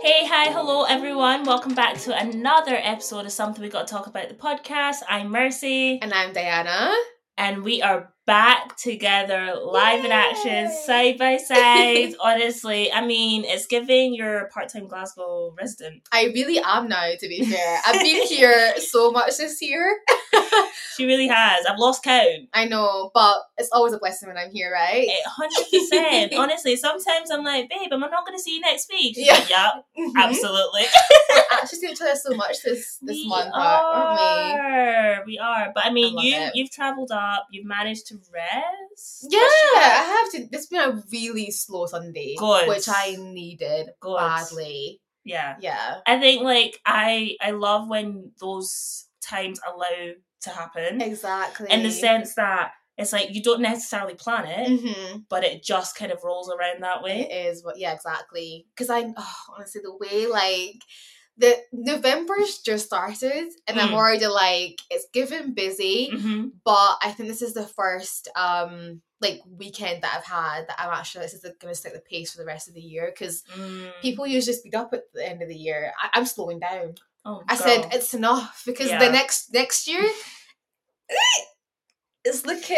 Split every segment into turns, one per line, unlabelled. Hey, hi, hello, everyone. Welcome back to another episode of Something We Got to Talk About the podcast. I'm Mercy,
And I'm Diana.
and we are back together, live in action,
Yay!
side by side. Honestly, I mean, it's giving your part time Glasgow resident.
I really am now, to be fair. I've been here so much this year.
She really has. I've lost count.
I know, but it's always a blessing when I'm here, right?
Eh, 100%. Honestly, sometimes I'm like, babe, am I not going to see you next week? She's
Yeah.
like, yeah,
Mhm.
absolutely.
We're actually seeing each other so much this, this month, aren't we?
are. We are. But I mean,
love
you
it.
you've traveled up. You've managed to rest.
Yeah, I have to. It's been a really slow Sunday,
Good.
which I needed
Good.
badly.
Yeah.
Yeah.
I think like I I love when those times allow to happen
Exactly.
in Mm-hmm. the sense that it's like you don't necessarily plan it,
hmm
but it just kind of rolls around that
It
way.
is, but yeah, exactly. Because I oh, honestly, the way like the November's just started, and I'm
Mm.
already like it's given busy.
hmm
But I think this is the first um like weekend that I've had that I'm actually this is going to set the pace for the rest of the year because
Mm.
people usually speed up at the end of the year. I, I'm slowing down.
Oh,
I said
girl.
it's enough because
Yeah.
the next next year. It's looking,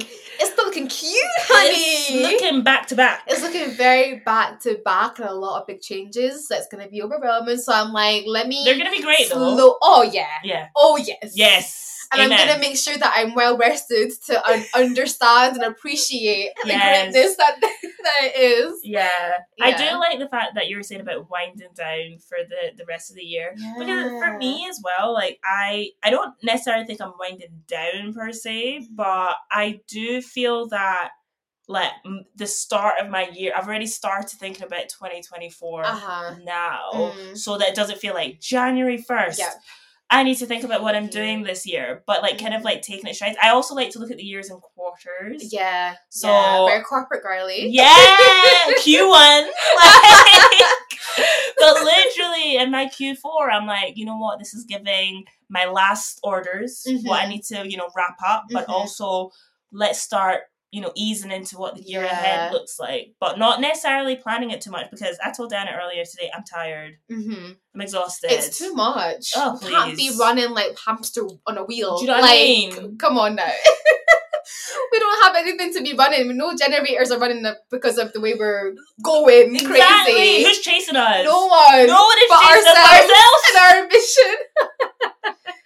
It's-
it's not looking cute, honey.
it's looking back to back.
It's looking very back to back and a lot of big changes. That's going to be overwhelming. So I'm like, let me.
They're gonna be great though.
slow- Oh yeah.
Yeah.
Oh yes.
Yes.
And I'm
Amen.
going to make sure that I'm well rested to un- understand and appreciate
Yes.
the greatness that that it is.
Yeah. I do
Yeah.
like the fact that you were saying about winding down for the the rest of the year. Because for
Yeah.
me as well, like I I don't necessarily think I'm winding down per se,
Mm-hmm.
but I do feel that like m- the start of my year, I've already started thinking about 2024
Uh-huh.
now,
Mm.
so that it doesn't feel like January 1st.
Yep.
I need to think about what I'm
Yeah.
doing this year, but like
Mm-hmm.
kind of like taking it strides. I also like to look at the years and quarters.
Yeah.
So-
yeah. very corporate girly.
Yeah, Q1. Like, but literally in my Q4, I'm like, you know what? This is giving my last orders, what I
Mhm.
need to, you know, wrap up, but
Mhm.
also let's start, you know, easing into what the year
Yeah.
ahead looks like, but not necessarily planning it too much because I told Dana earlier today, I'm tired,
hmm
I'm exhausted.
It's too much.
Oh,
you can't be
please.
running like hamster on a wheel.
Do you know what
like,
I mean?
Come on now. we don't have anything to be running. No generators are running up because of the way we're going
Exactly.
crazy.
Who's chasing us?
No one.
no one is
but
chasing us but
ourselves.
ourselves.
And our ambition.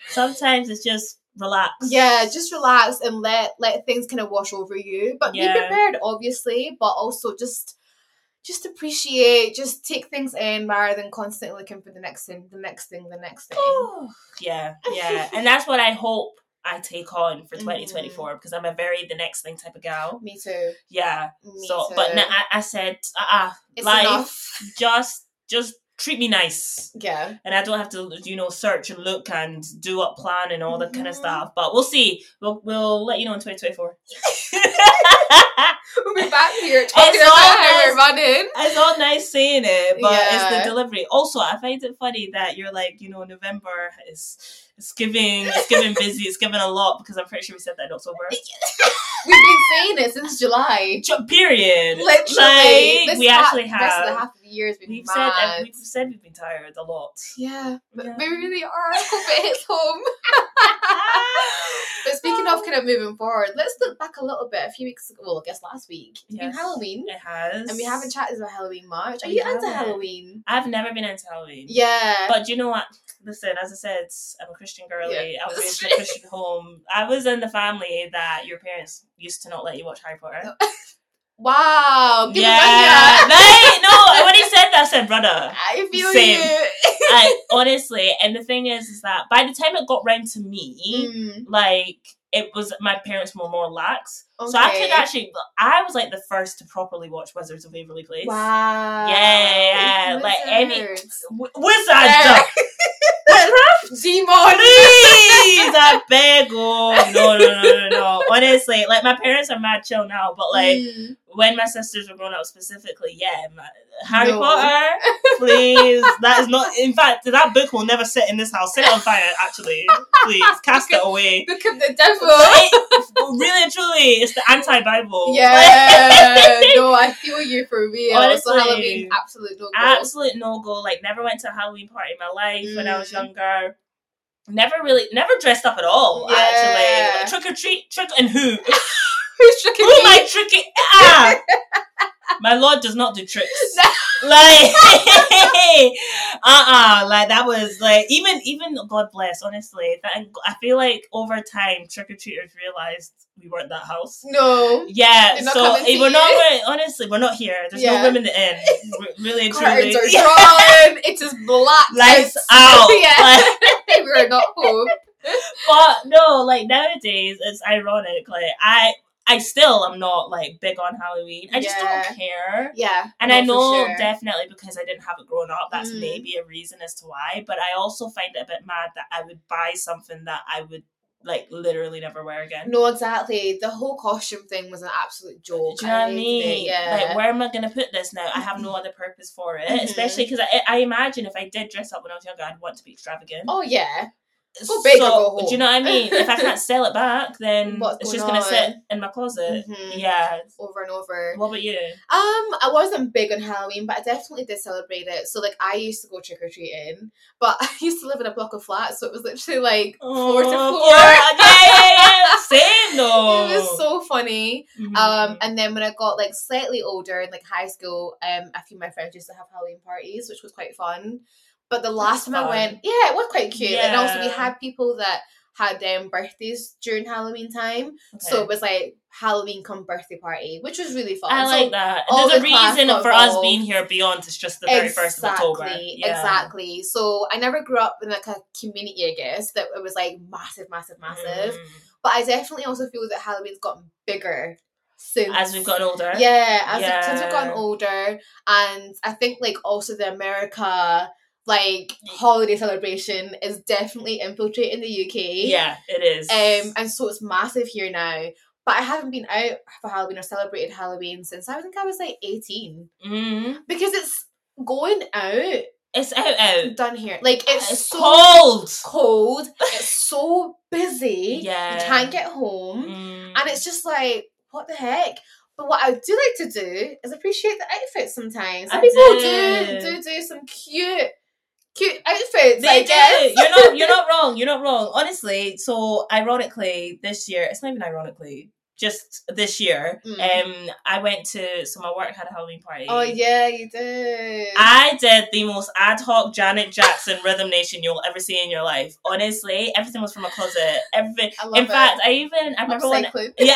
Sometimes it's just relax.
Yeah, just relax and let let things kind of wash over you. But
Yeah.
be prepared, obviously, but also just just appreciate, just take things in rather than constantly looking for the next thing, the next thing, the next thing.
Oh. yeah, yeah. And that's what I hope I take on
Mm.
for 2024 because I'm a very the next thing type of gal.
Me too.
Yeah.
Me
so,
too.
but no, I, I said, uh uh
it's
life-
enough.
just, just treat me nice.
Yeah.
And I don't have to, you know, search and look and do up plan and all that kind of
Mhm.
stuff. But we'll see. We'll, we'll let you know in 2024.
We'll be back here talking
It's
about
all
how
nice.
we're running.
it's all nice saying it, but it's
Yeah.
the delivery. Also, I find it funny that you're like, you know, November is it's giving, it's giving busy, it's giving a lot because I'm pretty sure we said that in October.
We've been saying it since July.
Ju- Period.
Literally,
like,
this
we
ha-
actually have.
Rest of the half of the year has been
we've said
mad.
and we've said we've been tired a lot.
yeah, but
Yeah.
we really are. COVID hits home. but speaking
Oh.
of kind of moving forward, let's look back a little bit. A few weeks ago, well, I guess last week, it's been
Yes.
Halloween,
It has,
and we haven't chatted about Halloween much. Are
We
you into
haven't.
Halloween?
I've never been into Halloween.
Yeah.
But you know what? Listen, as I said, I'm a Christian girly.
Yeah.
I was raised in a Christian home. I was in the family that your parents used to not let you watch Harry Potter.
wow. Oh, Give
yeah,
yeah.
Like, no. When he said that, I said, brother.
I feel
Same.
you.
Like, honestly, and the thing is, is that by the time it got round to me,
Mm,
like it was my parents were more lax, so I could
okay.
actually. I was like the first to properly watch Wizards of Waverly Place.
Wow.
Yeah, yeah, like any-
Wizards.
W- Wizards,
Demon.
please, I beg. Oh no, no, no, no, no. Honestly, like my parents are mad chill now, but like
Mm.
when my sisters were growing up specifically, yeah, my, Harry no. Potter, please. that is not. In fact, that book will never sit in this house. Set it on fire, actually. Please cast it away.
Book of the devil. It,
really, truly, it's the anti-Bible.
Yeah. no, I feel you for real. Honestly, also, Halloween, absolute no go.
Absolute no go. Like never went to a Halloween party in my life mm. when I was younger never really never dressed up at all yeah. actually like, trick or treat trick and who
who's tricking
who am i tricking ah! my lord does not do tricks no. like uh-uh like that was like even even god bless honestly that, i feel like over time trick-or-treaters realized we weren't that house
no
yeah so hey, we're not we're, honestly we're not here there's yeah. no room in the inn really
Curtains are drawn it is black
lights out
yeah like, we are not home
but no like nowadays it's ironic like i I still am not like big on Halloween. I just
yeah.
don't care.
Yeah. Mm-hmm.
And I know sure. definitely because I didn't have it growing up, that's mm. maybe a reason as to why. But I also find it a bit mad that I would buy something that I would like literally never wear again.
No, exactly. The whole costume thing was an absolute joke.
Do you know what I mean? It, yeah. Like, where am I gonna put this now? I have no other purpose for it. Mm-hmm. Especially because I, I imagine if I did dress up when I was younger, I'd want to be extravagant.
Oh yeah. Go big so, go home.
Do you know what I mean? if I can't sell it back, then What's it's just gonna on? sit in my closet. Mm-hmm. Yeah,
over and over.
What about you? Um,
I wasn't big on Halloween, but I definitely did celebrate it. So like, I used to go trick or treating, but I used to live in a block of flats, so it was literally like oh, floor to floor.
Yeah, yeah, yeah. Same though.
It was so funny.
Mm.
Mm-hmm. Um, and then when I got like slightly older, in like high school, um, a few of my friends used to have Halloween parties, which was quite fun. But the last That's time fun. I went, yeah, it was quite cute. Yeah. And also we had people that had um, birthdays during Halloween time. Okay. So it was like Halloween come birthday party, which was really fun.
I
so
like that. There's the a reason for us being here beyond it's just the very first exactly, of October.
Yeah. Exactly. So I never grew up in like a community, I guess, that it was like massive, massive, massive. Mm. But I definitely also feel that Halloween's gotten bigger since
Mm. as we've gotten older.
Yeah, as yeah. since we've gotten older. And I think like also the America like holiday celebration is definitely infiltrating the UK.
Yeah, it is.
Um, and so it's massive here now. But I haven't been out for Halloween or celebrated Halloween since I think I was like 18
mm-hmm.
because it's going out.
It's out out
done here. Like it's,
it's
so
cold,
cold. it's so busy.
Yeah,
you can't get home, mm. and it's just like what the heck. But what I do like to do is appreciate the outfits sometimes. Some people do do do some cute cute outfits. They I guess
do. you're not you're not wrong. You're not wrong. Honestly, so ironically, this year it's not even ironically. Just this year, mm. um, I went to so my work had a Halloween party.
Oh yeah, you did.
I did the most ad hoc Janet Jackson Rhythm Nation you'll ever see in your life. Honestly, everything was from a closet. Every, in it. fact, I even I remember Upcycling. when yeah,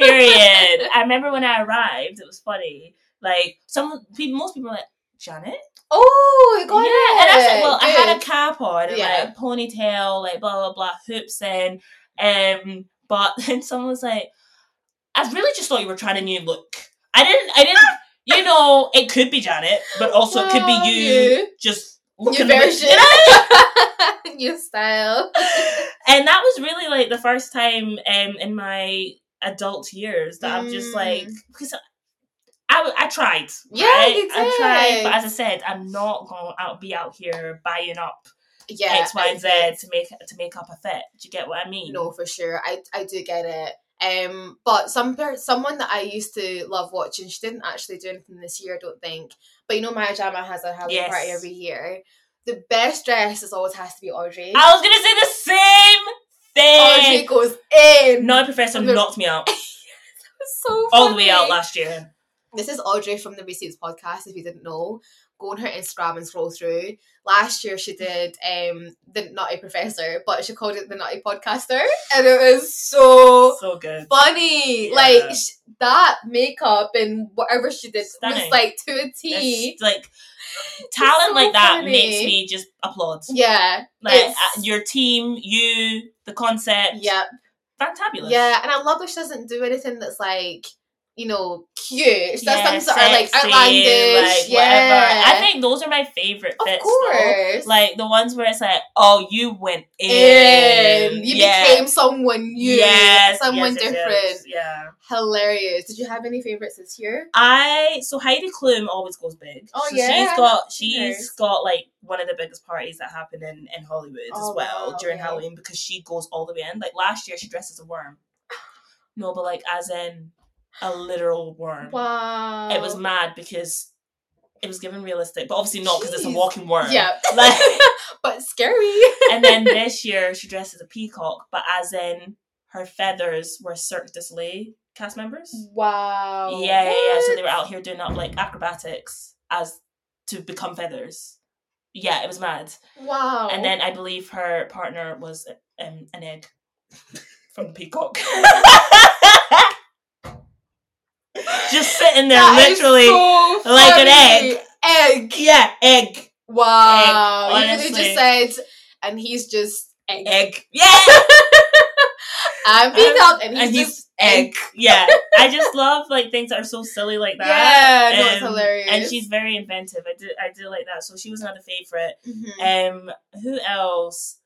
period. I remember when I arrived. It was funny. Like some people, most people were like Janet.
Oh, you got
yeah,
it.
and I said, well, Good. I had a cap on, and, yeah. like ponytail, like blah blah blah, hoops in, um, but then someone was like, I really just thought you were trying a new look. I didn't, I didn't, you know, it could be Janet, but also well, it could be you, you. just looking
new version, the way, new style,
and that was really like the first time um in my adult years that mm. I'm just like because. I, I tried.
Yeah,
right?
you did.
I tried, but as I said, I'm not going to be out here buying up
yeah,
X, Y, and Z I, to make to make up a fit. Do you get what I mean?
No, for sure. I I do get it. Um, but some someone that I used to love watching, she didn't actually do anything this year, I don't think. But you know, Maya Jama has a Halloween yes. party every year. The best dress is always has to be Audrey.
I was gonna say the same thing.
Audrey goes in.
No, Professor the, knocked me out.
so funny.
all the way out last year.
This is Audrey from the Receipts podcast. If you didn't know, go on her Instagram and scroll through. Last year she did um the Naughty Professor, but she called it the Naughty Podcaster, and it was so
so good,
funny. Yeah. Like she, that makeup and whatever she did Stunning. was like to a
T. It's like talent so like that funny. makes me just applaud.
Yeah,
like uh, your team, you, the concept.
Yeah,
fantabulous.
Yeah, and I love that she doesn't do anything that's like you know, cute. So yeah, that's things that are like outlandish.
Like, yeah. Whatever. I think those are my favorite fits. Of course. Though. Like the ones where it's like, oh, you went in.
in. You yeah. became someone new. Yes, someone yes, different.
Yeah.
Hilarious. Did you have any favorites this year?
I so Heidi Klum always goes big.
Oh
so
yeah.
She's got she's got like one of the biggest parties that happen in, in Hollywood oh, as well wow, during yeah. Halloween because she goes all the way in. Like last year she dressed as a worm. No, but like as in a literal worm.
Wow.
It was mad because it was given realistic, but obviously not because it's a walking worm.
Yeah.
Like,
but scary.
and then this year she dressed as a peacock, but as in her feathers were Cirque du Soleil cast members.
Wow.
Yeah, yeah, yeah. So they were out here doing up like acrobatics as to become feathers. Yeah, it was mad.
Wow.
And then I believe her partner was um, an egg from the peacock. just sitting there, that literally so like an egg.
Egg.
Yeah, egg.
Wow. Egg, honestly. You really just said, and he's just egg.
Egg. Yeah.
I'm being um, and he's, and he's just egg. egg.
Yeah. I just love like things that are so silly like
that. Yeah, um, no, hilarious.
And she's very inventive. I do I do like that. So she was another favorite. Mm-hmm. Um, who else?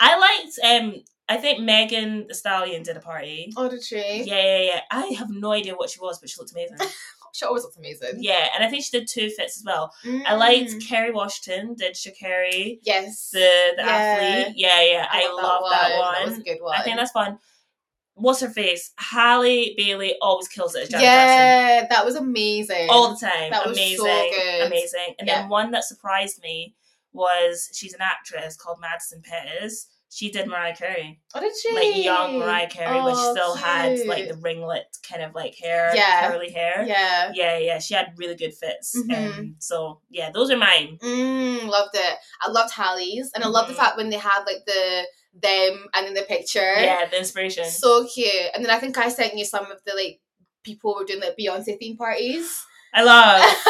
I liked um I think Megan the Stallion did a party.
Oh, did she?
Yeah, yeah, yeah. I have no idea what she was, but she looked amazing.
she always looks amazing.
Yeah, and I think she did two fits as well. Mm. I liked Kerry Washington, did Shakari.
Yes.
The, the yeah. athlete. Yeah, yeah. I, I love, that, that, one. that one.
That was a good one.
I think that's fun what's her face? Halle Bailey always kills it. Janet
yeah,
Jackson.
that was amazing.
All the time. That was amazing, so good. Amazing. And yeah. then one that surprised me was she's an actress called Madison Pettis. She did Mariah Carey.
Oh, did she?
Like young Mariah Carey, oh, but she still cute. had like the ringlet kind of like hair, yeah. curly hair.
Yeah,
yeah, yeah. She had really good fits. Mm-hmm. Um, so yeah, those are mine.
Mm, loved it. I loved Hallie's, and mm-hmm. I love the fact when they had like the them and in the picture.
Yeah, the inspiration.
So cute. And then I think I sent you some of the like people were doing like Beyonce theme parties.
I love.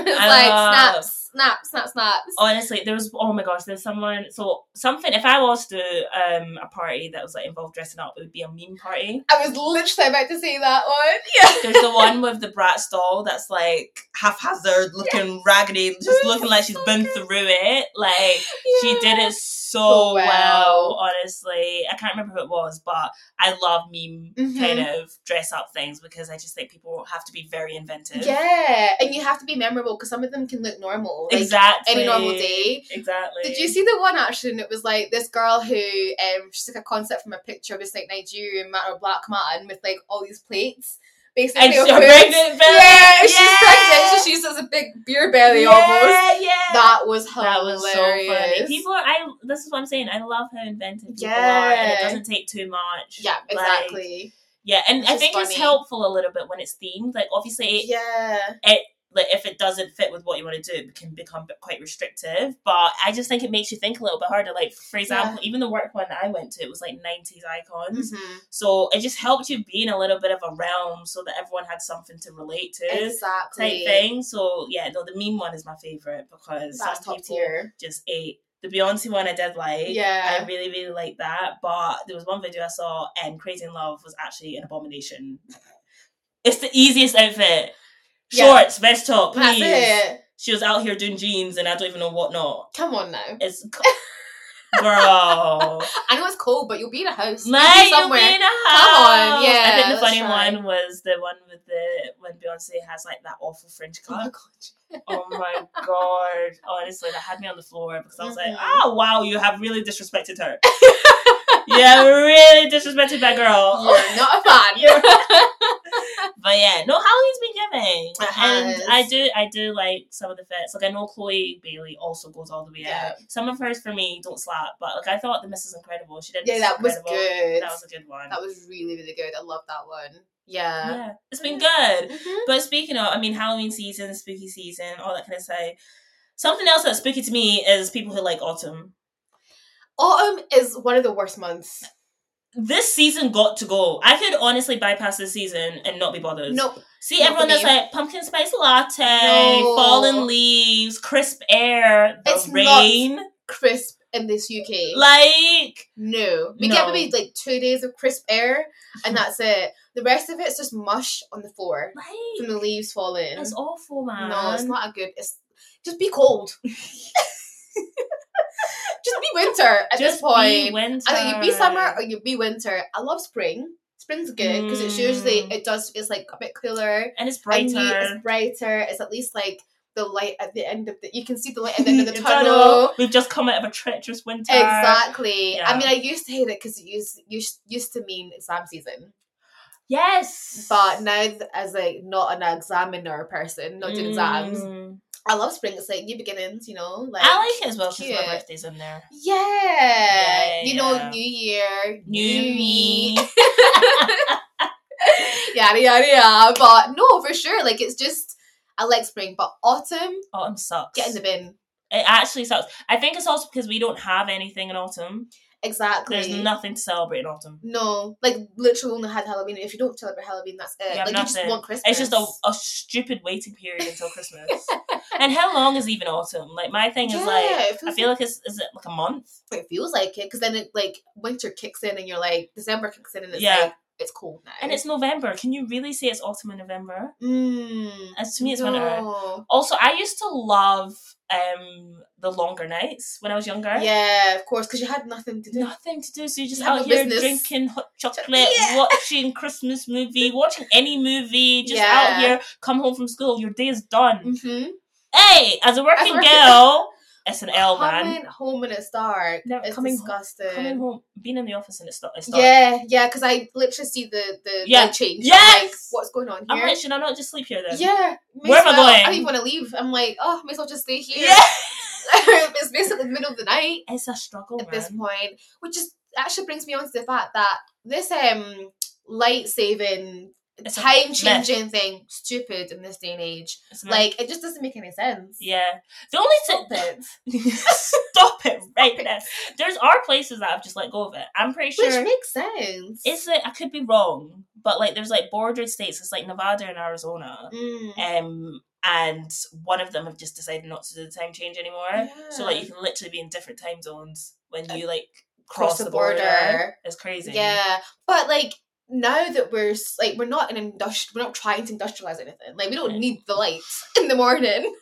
it's I like love. snaps, snaps, snaps, snaps.
Honestly, there was Ah. oh my gosh, there's someone so something if I was to um a party that was like involved dressing up, it would be a meme party.
I was literally about to say that one. Yeah.
There's the one with the brat doll that's like haphazard looking yes. raggedy, just looking like she's been through it. Like yeah. she did it so, so well. well. honestly. I can't remember who it was, but I love meme mm-hmm. kind of dress up things because I just think people have to be very inventive.
Yeah. Yeah, and you have to be memorable because some of them can look normal,
like exactly
any normal day.
Exactly.
Did you see the one actually? And it was like this girl who um, she took a concept from a picture of this like Nigerian man or black man with like all these plates. Basically,
and she's pregnant. Belly.
Yeah, yeah, she's pregnant. So she's a big beer belly
yeah,
almost.
Yeah,
that was hilarious.
That was so funny. People, are, I this is what I'm saying. I love how inventive people yeah. are, and it doesn't take too much.
Yeah, exactly. Like,
yeah, and it's I think funny. it's helpful a little bit when it's themed. Like obviously,
yeah,
it like if it doesn't fit with what you want to do, it can become quite restrictive. But I just think it makes you think a little bit harder. Like for example, yeah. even the work one that I went to, it was like '90s icons, mm-hmm. so it just helped you be in a little bit of a realm so that everyone had something to relate to,
exactly
type thing. So yeah, no, the meme one is my favorite because that's top tier. Just ate the Beyonce one I did like.
Yeah.
I really, really like that. But there was one video I saw and Crazy in Love was actually an abomination. It's the easiest outfit. Shorts, yeah. vest top, please.
That's it.
She was out here doing jeans and I don't even know what not.
Come on now.
It's Bro.
I know it's cold, but you'll be in a house.
Like, you'll be, in a house.
Come on, yeah.
I think the funny try. one was the one with the when Beyonce has like that awful fringe cut. Oh my god. oh my god. Honestly, that had me on the floor because I was mm-hmm. like, oh wow, you have really disrespected her. yeah, really disrespected that girl.
You're not a fan.
but yeah, no, Halloween's been giving, and I do, I do like some of the fits. Like I know Chloe Bailey also goes all the way yeah. out. Some of hers for me don't slap, but like I thought the Mrs. Incredible, she did.
Yeah,
Mrs.
that
Incredible.
was good.
That was a good one.
That was uh, really, really good. I love that one. Yeah.
yeah, it's been good. Mm-hmm. But speaking of, I mean, Halloween season, spooky season, all that kind of say. Something else that's spooky to me is people who like autumn.
Autumn is one of the worst months
this season got to go. I could honestly bypass this season and not be bothered.
Nope.
See not everyone that's like pumpkin spice latte, no. fallen leaves, crisp air, the
it's
rain.
crisp in this UK.
Like
no, we
No.
get maybe like two days of crisp air, and that's it. The rest of it's just mush on the floor from the
like
leaves falling.
that's awful, man.
No, it's not a good. It's just be cold. just be winter at this
Just
point.
be winter.
Either you be summer or you be winter. I love spring. Spring's good because it's usually
Mm.
it does. It's like a bit cooler.
and it's
I
brighter.
need- it's brighter. It's at least like the light at the end of the. You can see the light at the end of the
The
tunnel.
We've just come out of a treacherous winter.
Exactly. I
Uh, Yeah.
mean, I used to hate it because it used, used used to mean exam season,
Yes.
but now th- as like not an examiner person, not doing exams,
Mm.
I love spring. It's like new beginnings, you know. Like
I like it as well because
cute.
my birthday's in there.
Yeah.
Yeah,
you know,
yeah.
new year,
New
Mm.
me.
yada yada yada. But no, for sure. Like it's just I like spring, but autumn,
Autumn sucks.
get in the bin.
it actually sucks. I think it's also because we don't have anything in autumn.
Exactly.
There's nothing to celebrate in autumn.
no, like literally only had Halloween. If you don't celebrate Halloween, that's it.
You have
like you just
nothing.
want Christmas.
It's just a, a stupid waiting period until Christmas. and how long is even autumn? Like my thing is like
it feels
I feel like it's is it like a month?
like it feels like it because then it like winter kicks in and you're like December kicks in and it's
Yeah.
like it's cold now
And it's November. Can you really say it's autumn in November?
mm,
As to me, it's winter.
no.
Also, I used to love um the longer nights when I was younger.
yeah of course because you had nothing to do
Nothing to do, so you're just
You have
out
no
here
business.
drinking hot chocolate,
Yeah.
watching Christmas movie, watching any movie, just
Yeah.
out here, come home from school, your day is done.
mm-hmm.
Hey, as a working
working-
girl, it's an L man.
coming home when it's dark
No,
it's
coming ho-
disgusting
Coming home, being in the office and it's not. It's not.
yeah yeah because I literally see the the light
Yeah.
change I'm
Yes!
like, what's going on
I'm
here
like, should I not just sleep here then?
yeah may
Where
as
am I
well.
going?
I don't even want to leave I'm like oh may as well just stay here
Yeah.
it's basically the middle of the night
It's a struggle,
at this
man.
point, which is actually brings me on to the fact that this um light saving,
It's a
time changing thing, stupid in this day and age.
It's a myth.
Like it just doesn't make any sense.
Mm. yeah. The only
Stop
thing.
it.
Stop it right now. There's are places that I've just let go of it. I'm pretty
Which
sure.
makes sense.
Is it? I could be wrong, but like there's like bordered states. It's like Nevada and Arizona,
Mm.
um, and one of them have just decided not to do the time change anymore. So like
Yeah. Uh,
you can literally be in different time zones when you like
Cross
cross,
the
the border.
border.
It's crazy.
Yeah, but like now that we're s- like we're not an industri- we're not trying to industrialize anything. Like we don't
Right.
need the lights in the morning.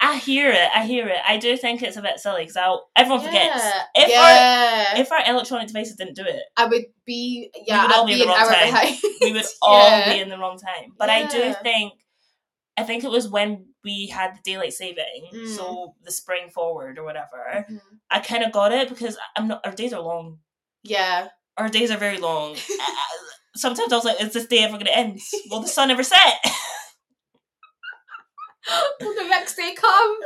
I hear it. I hear it. I do think it's a bit silly because everyone forgets.
Yeah.
If
yeah.
If our electronic devices didn't do it,
I would be yeah,
would all
I'd
be
be,
in the
an
wrong
hour
time.
behind.
we would all
Yeah.
be in the wrong time. But I do
Yeah.
think, I think it was when we had the daylight saving,
Mm.
so the spring forward or whatever. I kind of got it because I'm not. Our days are long.
Yeah.
Our days are very long. Sometimes I was like, "Is this day ever going to end? Will the sun ever set?"
Will the next day come?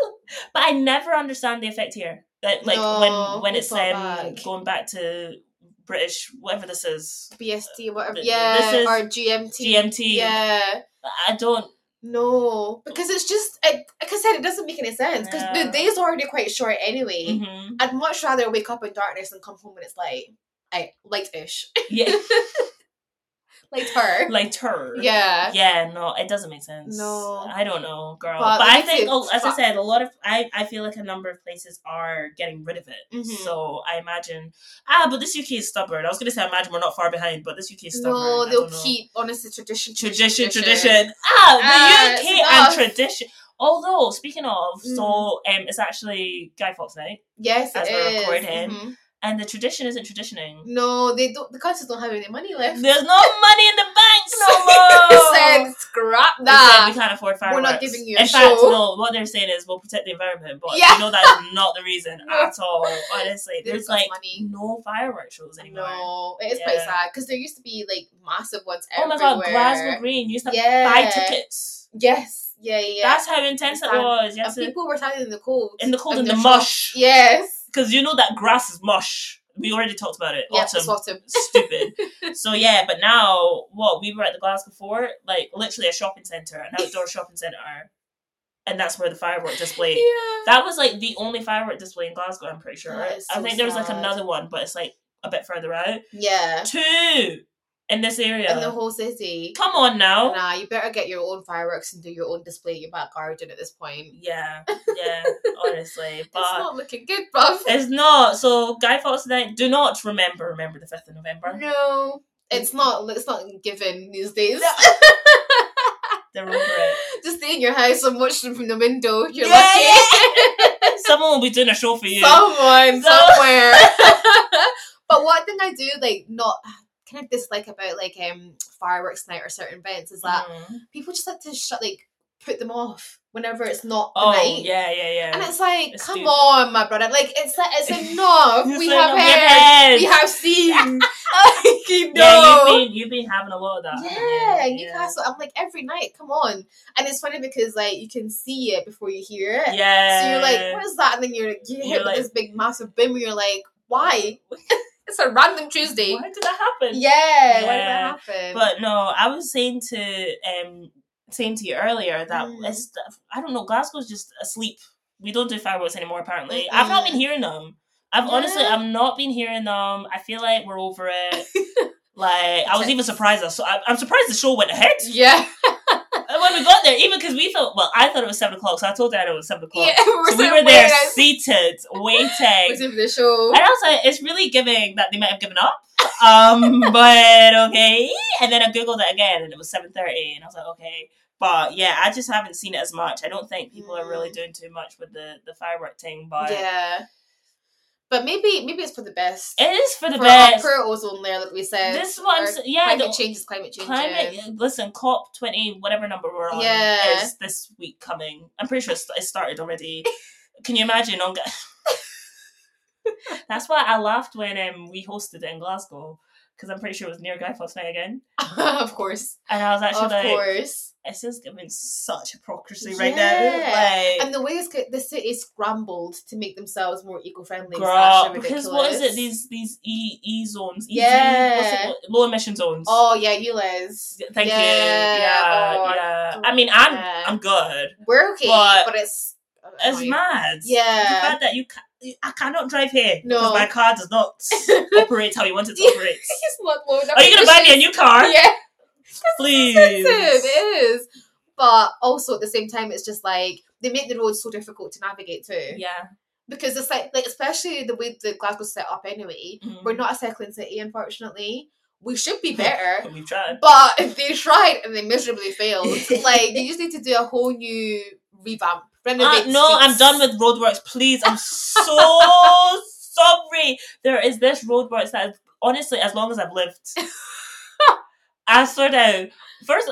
But I never understand the effect here. That like
No,
when when
it's
it's
not
um,
back.
going back to British whatever this is
BST, whatever.
Th-
Yeah,
this is
or GMT.
GMT.
Yeah.
I don't.
No, because it's just, it, like I said, it doesn't make any sense because the
Yeah.
day's already quite short anyway.
mhm.
I'd much rather wake up in darkness and come home when it's light. I, light-ish.
Yeah,
Lighter.
like her.
yeah.
Yeah, no, it doesn't make sense.
No.
I don't know, girl.
But
But,
it
I
makes
think,
it
oh, as I
fuck.
said, a lot of I, I feel like a number of places are getting rid of it.
Mhm.
So I imagine ah, but this UK is stubborn. I was gonna say I imagine we're not far behind, but this UK is stubborn.
No,
I
they'll
don't know.
keep, honestly, tradition,
tradition, tradition. Ah, the
Ah, it's
UK
enough.
and tradition. Although speaking of,
Mm.
so um, it's actually Guy Fawkes night,
Yes,
As
it
we're
is.
recording.
Mhm.
and the tradition isn't traditioning.
No, they don't, the councils don't have any money left.
There's no money in the banks no
They
more.
said, scrap
They said
that.
we can't afford
We're
fireworks.
not giving you a
In fact,
show.
no. What they're saying is we'll protect the environment, but
Yeah.
you know that is not the reason
No.
at all. Honestly,
They've
there's
got
like
money.
no fireworks shows anymore.
No, it is quite
Yeah.
sad because there used to be like massive ones
Oh my
everywhere.
god, Glasgow Green you used to buy
Yeah.
tickets.
Yes, yeah, yeah.
That's how intense it
Understand.
was.
and
Yes,
people were standing in the cold.
in the cold
and
and the
they're
mush,
yes.
because you know that grass is mush. We already talked about it.
Yes,
Autumn.
it's autumn.
stupid. So yeah, but now what we were at the Glasgow Fort, like literally a shopping center, an outdoor shopping center, and that's where the firework display.
Yeah.
That was like the only firework display in Glasgow. I'm pretty sure.
That is
I
so
think there was like
sad.
another one, but it's like a bit further out.
Yeah.
Two in this area.
in the whole city.
Come on now.
Nah, you better get your own fireworks and do your own display in your back garden at this point.
Yeah, yeah, honestly. But
it's not looking good, bruv.
It's not. So Guy Fawkes Night. Do not remember. Remember the fifth of November.
No, it's not. It's not given these days.
They're over it.
Just stay in your house and watch them from the window. You're
Yeah,
lucky.
Someone will be doing a show for you.
Someone
So-
somewhere. but one thing I do like not kind of dislike about like um fireworks night or certain events is that
Mm.
people just like to shut like put them off whenever it's not the
Oh
night.
yeah, yeah, yeah.
And it's like,
It's
come
stupid.
on, my brother. Like it's it's enough.
It's
we,
like,
have
no,
heard. We
heard.
have seen. like, you
Yeah,
know.
you've been you've been having a lot of that.
Yeah,
haven't you?
Newcastle. I'm like every night. Come on, and it's funny because like you can see it before you hear it.
Yeah.
So you're like, what is that? And then you're like, you hit
You're
with
like-
this big massive boom. And you're like, why? it's a random Tuesday.
Why did that happen?
Yeah, why did
Yeah,
that happen?
But no, I was saying to um saying to you earlier that
Mm.
it's I don't know, Glasgow's just asleep. We don't do fireworks anymore apparently. I've not been hearing them. I've honestly
Yeah.
I've not been hearing them. I feel like we're over it. like I was even
Checks.
surprised. So I, I'm surprised the show went ahead.
yeah,
And when we got there, even because we thought well, I thought it was seven o'clock, so I told Dad it was seven o'clock.
yeah, we're
So we
sitting
were there
waiting.
seated, waiting.
Waiting for the show.
And I was like, it's really giving that they might have given up. Um, but okay. And then I googled it again, and it was seven thirty, and I was like, okay. But yeah, I just haven't seen it as much. I don't think people are really doing too much with the the firework thing, but
Mm. Yeah, but maybe maybe it's for the best.
it is for the
for our
best.
poor ozone layer, like we said.
This one's
Our
yeah,
climate
the
change is climate change.
climate. Listen, COP twenty, whatever number we're on,
Yeah.
is this week coming. I'm pretty sure it's- it started already. Can you imagine on? Ga- That's why I laughed when um, we hosted it in Glasgow because I'm pretty sure it was near Guy Fawkes Night again.
of course,
And I was actually
of
like,
course.
this is giving such hypocrisy right
Yeah.
now. Like,
And the way this, the city scrambled to make themselves more eco-friendly is
girl,
actually ridiculous.
because what is it? These these E E zones, EZ,
Yeah.
what's it, low emission zones.
Oh yeah, you Les.
Thank
yeah,
you. Yeah,
oh,
yeah. I mean, I'm
yeah.
I'm good.
We're okay,
But-
but, it's oh,
It's mad. The
Yeah.
fact that you ca- I cannot drive here
No.
because my car does not operate how you want it to
Yeah.
operate.
It's not low enough
Are you gonna buy me a
conditions.
new car?
Yeah,
Please.
expensive, it is. But also at the same time, it's just like they make the roads so difficult to navigate too.
Yeah.
Because it's like, like especially the way the Glasgow's set up anyway.
Mhm.
We're not a cycling city, unfortunately. We should be better.
We've tried.
But they tried and they miserably failed. like you just need to do a whole new revamp,
Uh,
renovate.
no, I'm
streets.
done with roadworks, please. I'm so sorry. There is this roadworks that, is- honestly, as long as I've lived, I swear down. First,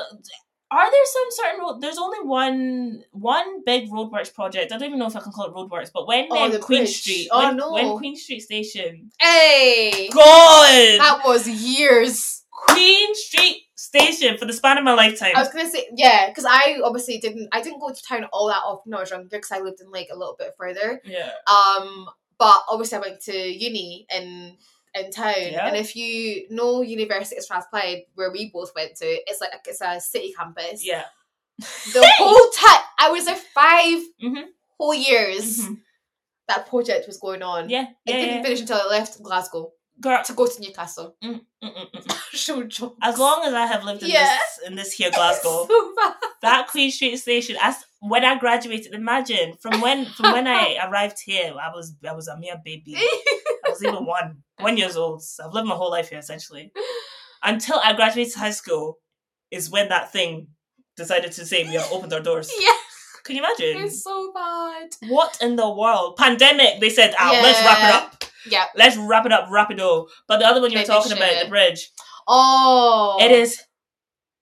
are there some certain road? There's only one one big roadworks project. I don't even know if I can call it roadworks, but when
Oh,
um,
the
Queen
bridge.
Street,
Oh,
when,
no.
when Queen Street Station,
Hey,
God,
that was years.
Queen Street Station for the span of my lifetime.
I was gonna say yeah, because I obviously didn't. I didn't go to town all that often when I was younger because I lived in like a little bit further.
yeah,
Um, but obviously I went to uni in in town,
Yeah.
and if you know University of Strathclyde, where we both went to, it's like it's a city campus.
yeah.
The whole time I was there five
Mhm.
whole years.
Mhm.
that project was going on.
Yeah,
It
yeah,
didn't
yeah.
finish until it left Glasgow
Girl,
to go to Newcastle.
mm-mm-mm.
Show jokes.
As long as I have lived in
Yeah.
this in this here Glasgow,
So bad.
that Queen Street station. As when I graduated, imagine from when from when I arrived here, I was I was a mere baby. I was even one one years old. So I've lived my whole life here essentially until I graduated high school. Is when that thing decided to say we have opened our doors.
yeah,
Can you imagine?
it's so bad.
What in the world? Pandemic. They said, "Ah, let's wrap it
Yeah.
up.
Yeah.
Let's wrap it up rapido." But the other one you were
Maybe
talking about,
should.
the bridge.
Oh,
It is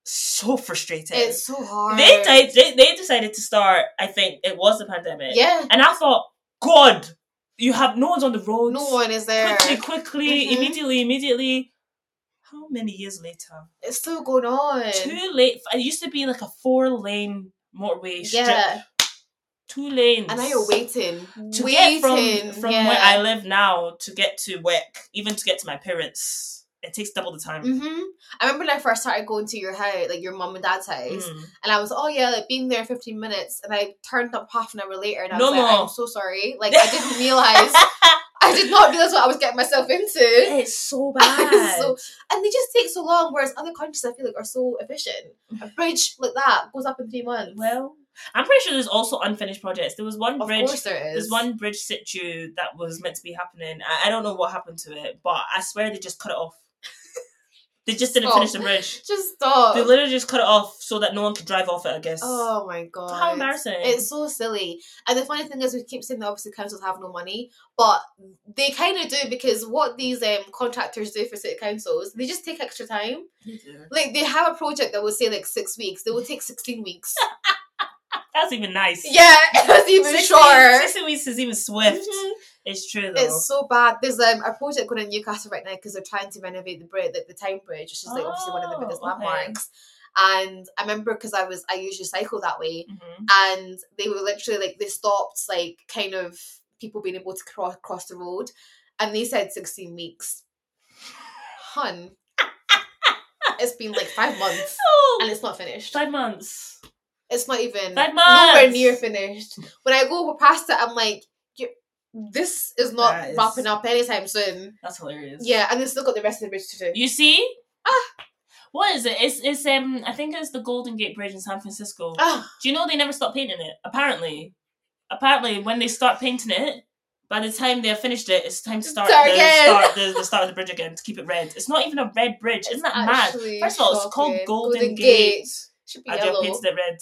so frustrating.
It's so hard.
They, di- they they decided to start. I think it was the pandemic.
Yeah,
And I thought, God, you have no one's on the roads.
no one is there.
Quickly, quickly,
Mhm.
immediately, immediately. How many years later?
It's still going on.
Too late. It used to be like a four lane motorway. strip.
yeah,
Two lanes.
and now you're waiting,
To get
waiting
from, from
yeah.
where I live now to get to work, even to get to my parents, it takes double the time.
hmm I remember when I first started going to your house, like your mum and dad's house,
Mm.
And I was, oh yeah, like being there 15 minutes. And I turned up half an hour later and I
No
was like,
more.
I'm so sorry. Like, I didn't realize I did not realize what I was getting myself into.
It's so bad.
so, and they just take so long, whereas other countries I feel like are so efficient. A
Mm-hmm.
bridge like that goes up in three months.
Well, I'm pretty sure there's also unfinished projects. There was one
of
bridge.
course there is.
There's one bridge situ that was meant to be happening. I, I don't know what happened to it, but I swear they just cut it off. they just didn't finish the
Stop.
bridge.
Just stop.
They literally just cut it off so that no one could drive off it. I guess.
oh my god.
How embarrassing!
It's so silly. And the funny thing is, we keep saying that obviously councils have no money, but they kind of do because what these um, contractors do for city councils, they just take extra time. Like they have a project that will say like six weeks, they will take 16 weeks.
That's even nice.
yeah, that's even shorter.
Sixty weeks is even swift.
Mhm.
It's true though.
It's so bad. There's um, a project going on in Newcastle right now because they're trying to renovate the bridge, like the Time Bridge, which is like obviously one of the
Oh,
biggest
okay.
landmarks. And I remember because I was I usually cycle that way,
Mhm.
and they were literally like they stopped like kind of people being able to cross cross the road, and they said sixteen weeks. Hun, it's been like five months
Oh,
and it's not finished.
five months.
It's not even
Five
nowhere
months.
near finished. When I go past it, I'm like, "You- this is not
That is-
wrapping up anytime soon.
That's hilarious.
Yeah, Ah. and they've still got the rest of the bridge to do.
You see? What is it? It's it's um I think it's the Golden Gate Bridge in San Francisco.
Ah,
Do you know they never stop painting it? Apparently. Apparently when they start painting it, by the time they have finished it, it's time to start
Start
the
again.
start the, the start of the bridge again to keep it red. It's not even a red bridge. Isn't that mad?
actually
First of all, it's called
shocking.
Golden, Gate.
Should be
I do
yellow.
painted it red.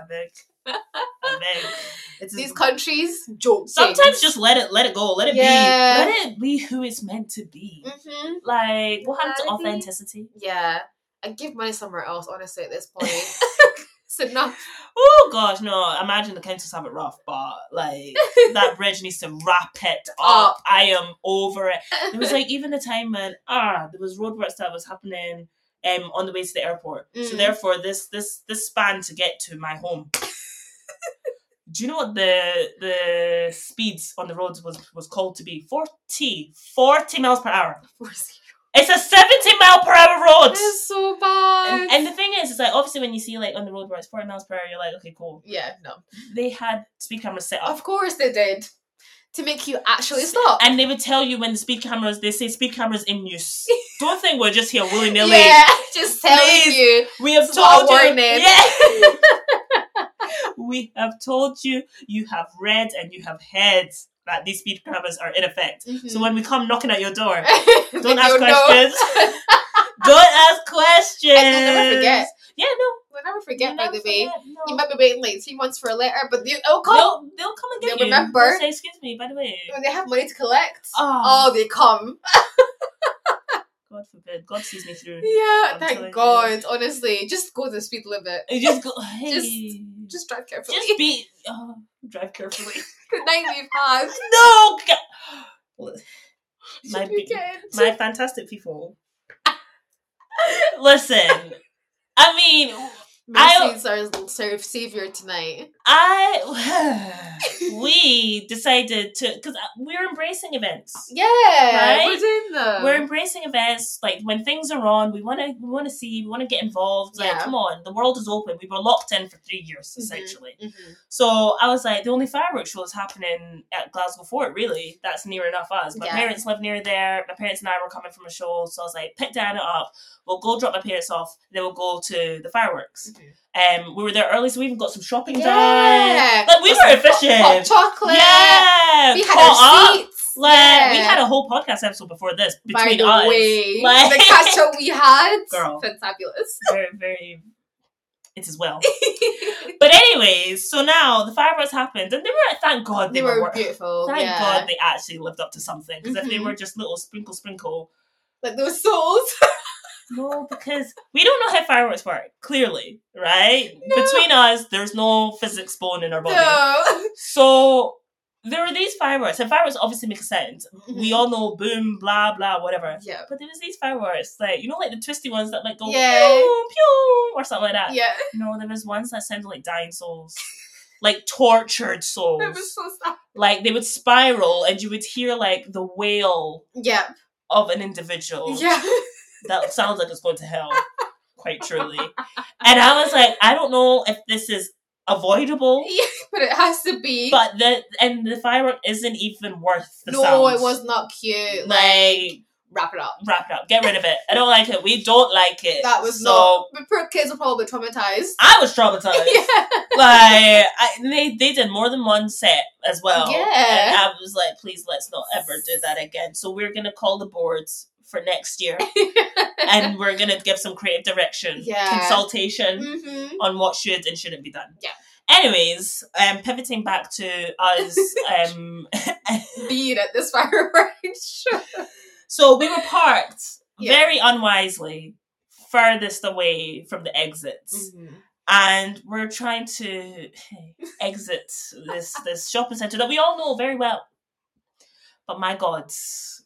I beg. I beg. It's
These countries joke.
Sometimes just let it let it go. Let it
Yeah.
be. Let it be who it's meant to be.
hmm
Like what happened to
Let it be.
authenticity?
Yeah, and give money somewhere else. Honestly, at this point, it's enough.
Oh gosh, no! Imagine the councils have it rough, but like that bridge needs to wrap it up. I am over it. It was like even the time when ah, there was roadworks that was happening um on the way to the airport. So
Mm.
therefore, this this this span to get to my home. Do you know what the the speeds on the roads was was called to be? 40, 40 miles per hour. It's a seventy mile per hour road.
It's so bad.
And, and the thing is, is like obviously when you see like on the road where it's forty miles per hour, you're like, okay, cool
yeah, no.
they had speed cameras set up.
Of course they did to make you actually
Oh.
stop.
And they would tell you when the speed cameras, they say speed cameras in use. Don't think we're just here willy nilly.
Yeah, just telling
Please.
you.
We have
It's
told
not a
you.
warning.
Yeah. we have told you, you have read and you have heard that these speed cameras are in effect. So when we come knocking at your door, don't
Mhm. They
ask
Hmm. don't know.
questions. don't ask questions.
And they'll never forget.
Yeah, no.
They'll never forget,
you'll
by
never
the way.
forget, no.
You might be waiting like three months for a letter, but they, will come.
they'll, they'll come and get
They'll
you.
remember.
They'll say, excuse me, by the way.
When they have money to collect,
Oh,
oh, they come.
God forbid. God sees me through.
Yeah,
I'm telling
thank
you.
God. Honestly, just go the speed limit.
You just go. Hey,
Just-
just,
Just drive carefully.
just be. Oh, drive carefully.
the night we've had.
no, God. my
Should we
be-
get it?
my fantastic people. Listen, I mean,
Mercy's our serve savior tonight.
I we decided to because we're embracing events.
Yeah, we're
Right?
doing them.
We're embracing events. Like when things are on, we want to we want to see, we want to get involved. Like,
Yeah.
come on, the world is open. We were locked in for three years
Mhm.
essentially.
Mhm.
So I was like, the only fireworks show is happening at Glasgow Fort, really. That's near enough us. My
Yeah.
parents live near there. My parents and I were coming from a show. So I was like, pick Diana up. We'll go drop my parents off. Then we'll go to the fireworks.
Mhm.
Um, we were there early, so we even got some shopping
Yeah.
done. Like, we
Got
were
some pop- Hot
efficient.
chocolate.
yeah.
We had
caught
our
up.
seats.
Like, we
Yeah.
had a whole podcast episode before this
By
between
the
us.
way,
Like-
the catch up we had.
Girl.
Fantabulous.
very, very. It's as well. But anyways, so now the fireworks happened, and they were thank God they,
they were
wor-
beautiful.
Thank
yeah.
God they actually lived up to something. Because if they
Mhm.
were just little sprinkle sprinkle,
Like those souls.
no, because we don't know how fireworks work. Clearly, right? Between us, there's no physics bone in our body.
no.
So there were these fireworks, and fireworks obviously make a sound. We
Mhm.
all know boom, blah blah, whatever.
Yeah.
But there was these fireworks, like you know, like the twisty ones that like go
Yeah.
pew pew or something like that.
Yeah.
No, there was ones that sounded like dying souls, like tortured souls.
It was so sad.
like they would spiral and you would hear like the wail
Yeah.
of an individual
Yeah.
that sounds like it's going to hell quite truly and i was like i don't know if this is avoidable.
Yeah, but it has to be.
But the and the firework isn't even worth the
no,
sound.
it was not cute.
like
wrap it up.
wrap it up, get rid of it. I don't like it. We don't like it.
That was
so.
not. But poor kids were probably traumatized.
I was traumatized.
yeah.
Like I, they they did more than one set as well.
Yeah.
and I was like, please let's not ever do that again. So we're gonna call the boards for next year, and we're gonna give some creative direction,
Yeah.
consultation
hmm
on what should and shouldn't be done.
Yeah.
Anyways, um, pivoting back to us. Um,
Being at this fireworks show.
so we were parked
Yeah.
very unwisely, furthest away from the exits.
Mm-hmm.
and we're trying to exit this this shopping center that we all know very well. But my God,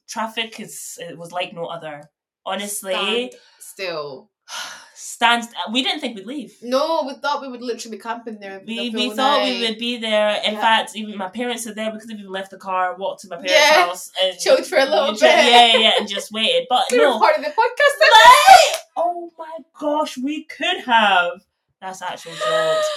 traffic is it was like no other. Honestly,
Stand
stand.
still.
we didn't think we'd leave.
No, we thought we would literally be camping there. for the
We, we
full
thought we
night.
would be there. In
Yeah.
fact, even my parents are there. We could have even left the car, walked to my parents'
Yeah.
house, and
Chilled for a
Yeah,
little bit.
Yeah, yeah, yeah, and just waited. But
We were
no,
part of the podcast. then.
Like, oh my gosh, we could have. That's actual jokes.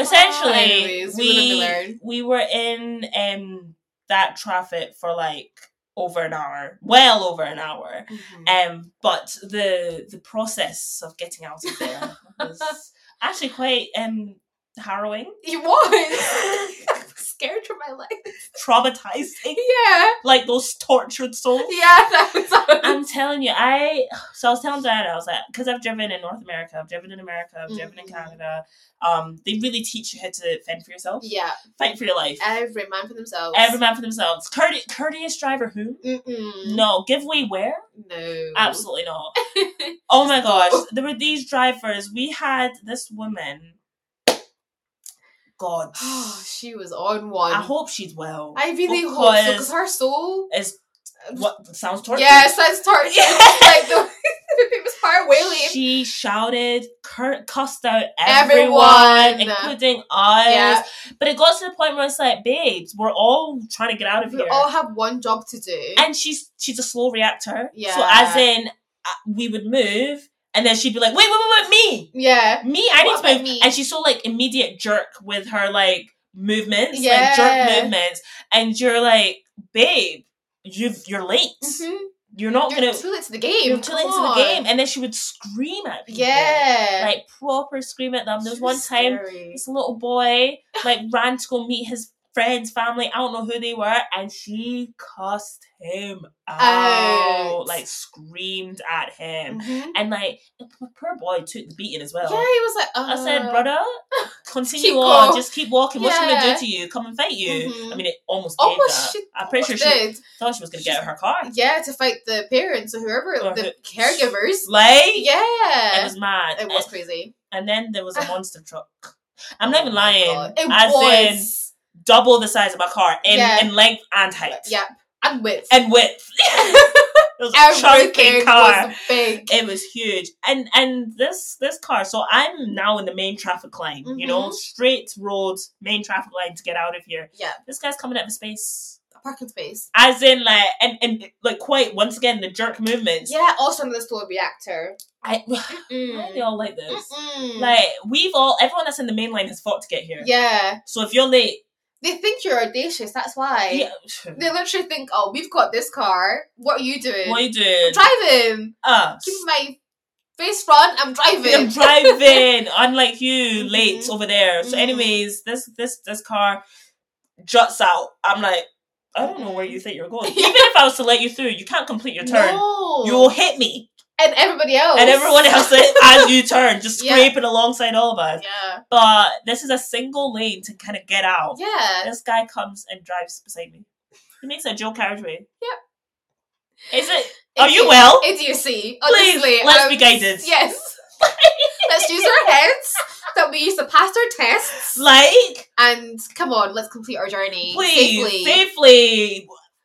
essentially
Ah, anyways, we wouldn't
we
have
we, were in um that traffic for like over an hour well over an hour
Mhm.
um but the the process of getting out of there was actually quite um harrowing
It was. I'm scared for my life.
traumatizing
Yeah.
like those tortured souls
Yeah, that was
I'm telling you, I so I was telling Diana, I was like, because I've driven in North America, I've driven in America, I've driven in
Mhm.
Canada. Um, they really teach you how to fend for yourself,
Yeah,
fight for your life.
every man for themselves.
Every man for themselves. Courte- courteous driver who?
Mm-mm.
No. Give way where?
Mm-hmm. No.
Absolutely not. Oh my gosh. There were these drivers. We had this woman. God.
she was on one.
I
I,
hope she's well.
really hope so, because
because
her soul.
it's what sounds torture.
Yes, that's torture. like, the, it was far wailing.
She shouted, cur- cussed out everyone,
Everyone.
including us.
Yeah,
But it got to the point where it's like, babes, we're all trying to get out of
we
here.
all have one job to do.
and she's she's a slow reactor. So
Yeah.
as in, uh, we would move, and then she'd be like, wait, wait, wait, wait, me,
yeah,
me, I
What
need to move.
about me?
And she's so like immediate jerk with her like movements, like
Yeah.
jerk movements, and you're like, babe, you you're late.
Mhm.
You're not
you're
gonna.
too late to the game.
You're too late
come
to the
on.
game, and then she would scream at people.
Yeah,
like proper scream at them. There was
She
one time
scary.
this little boy like ran to go meet his friends, family. I don't know who they were, and she cussed him out,
Out.
like screamed at him,
Mhm.
and like the p- poor boy took the beating as well.
Yeah, he was like, uh,
I said, brother, continue
keep
on,
going."
just keep walking. What's she gonna
Yeah.
do to you? Come and fight you.
Mhm.
I mean, it almost
Almost
did
she
that. I'm pretty sure she
did.
thought she was gonna get out of her car.
Yeah, to fight the parents or whoever,
Or
the
who-
caregivers.
Like,
Yeah.
it was mad.
It was crazy.
And then there was a monster truck. I'm not
Oh
even
my
lying.
God. It
As in,
was.
double the size of my car in,
Yeah.
in length and height.
Yeah. And width.
And width. it was a chunky
Everything
car.
was big.
it was huge. And and this this car, so I'm now in the main traffic line, you know,
Mhm.
straight road, main traffic line to get out of here.
Yeah.
This guy's coming at the space.
A parking space.
As in like and, and like quite once again the jerk movements.
Yeah, also another slow reactor.
I why are they
Mm.
all like this?
Mm-mm.
Like we've all everyone that's in the main line has fought to get here.
yeah.
So if you're late,
They think you're audacious, that's why.
yeah,
They literally think, oh, we've got this car. What are you doing?
what are you doing?
I'm driving.
Us.
Keep my face front. I'm driving.
I'm driving, unlike you,
Mhm.
late over there. So,
Mhm.
anyways, this this this car juts out. I'm like, I don't know where you think you're going. Even if I was to let you through, you can't complete your turn.
No.
You'll hit me
and everybody else.
and everyone else as you turn, just
Yeah.
scraping alongside all of us.
Yeah.
But this is a single lane to kind of get out.
Yeah.
This guy comes and drives beside me. He makes a dual carriageway. Yep. Is it? Are you
Idi-
well?
Idiocy.
Please,
Honestly,
let's
um,
be guided.
Yes. let's use our heads that we use to pass our tests.
Like.
And come on, let's complete our journey
please
safely.
safely.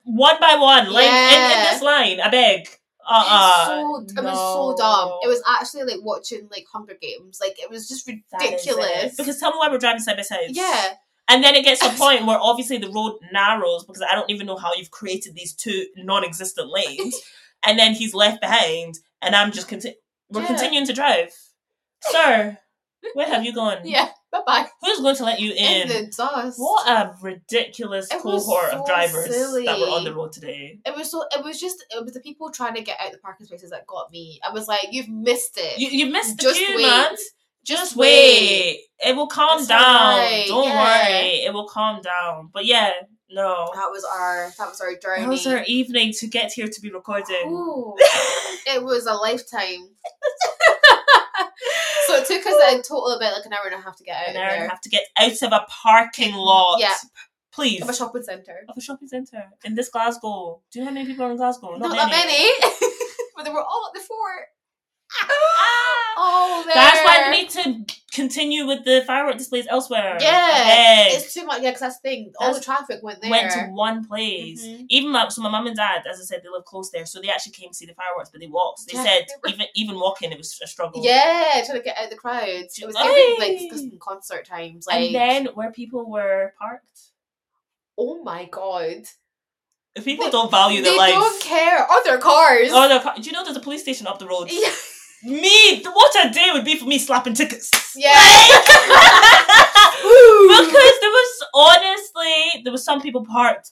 one by one like in, in
Yeah.
this line i beg
It's
uh-uh
so, It was so dumb. It was actually like watching like Hunger Games. Like it was just
That is it.
ridiculous.
because tell me why we're driving side by side
yeah,
and then it gets to a point where obviously the road narrows because i don't even know how you've created these two non-existent lanes and then he's left behind and i'm just conti- we're
Yeah.
continuing to drive sir where have you gone
yeah. Bye bye.
Who's going to let you in?
In the dust.
What a ridiculous
It was
cohort
so
of drivers
silly.
that were on the road today.
It was so. It was just. It was the people trying to get out the parking spaces that got me. I was like, "You've missed it.
You, you missed the
Just
queue,
wait.
man.
just
wait. It will calm
It's
down.
alright,
Don't
yeah.
worry. It will calm down. But yeah, no.
That was our. That was our journey.
That was our evening to get here to be recording.
Ooh. it was a lifetime. so it took us a total about like an hour and a half to get out.
and
of
I
there.
have to get out of a parking lot.
Yeah.
Please.
Of a shopping centre.
Of a shopping centre in this Glasgow. Do you know how many people are in Glasgow?
Not that many. but they were all at the fort.
Ah!
Oh,
That's why
there.
we need to continue with the firework displays elsewhere.
Yeah,
I beg.
It's too much. Yeah, because that's the thing. all the
That's-
traffic went there.
went to one place.
Mhm.
Even like so, my mum and dad, as I said, they live close there, so they actually came to see the fireworks, but they walked. They
Yeah,
said
they were-
even even walking, it was a struggle.
yeah, trying to get out the crowds. It was
Aye.
giving like disgusting concert times. Like,
And then where people were parked,
oh my god,
if people
They-
don't value
they
their life.
don't care. Oh, their cars.
Oh, they're par- do you know there's a police station up the road?
yeah.
Me, what a day would be for me slapping tickets.
Yeah.
Like- because there was honestly there was some people parked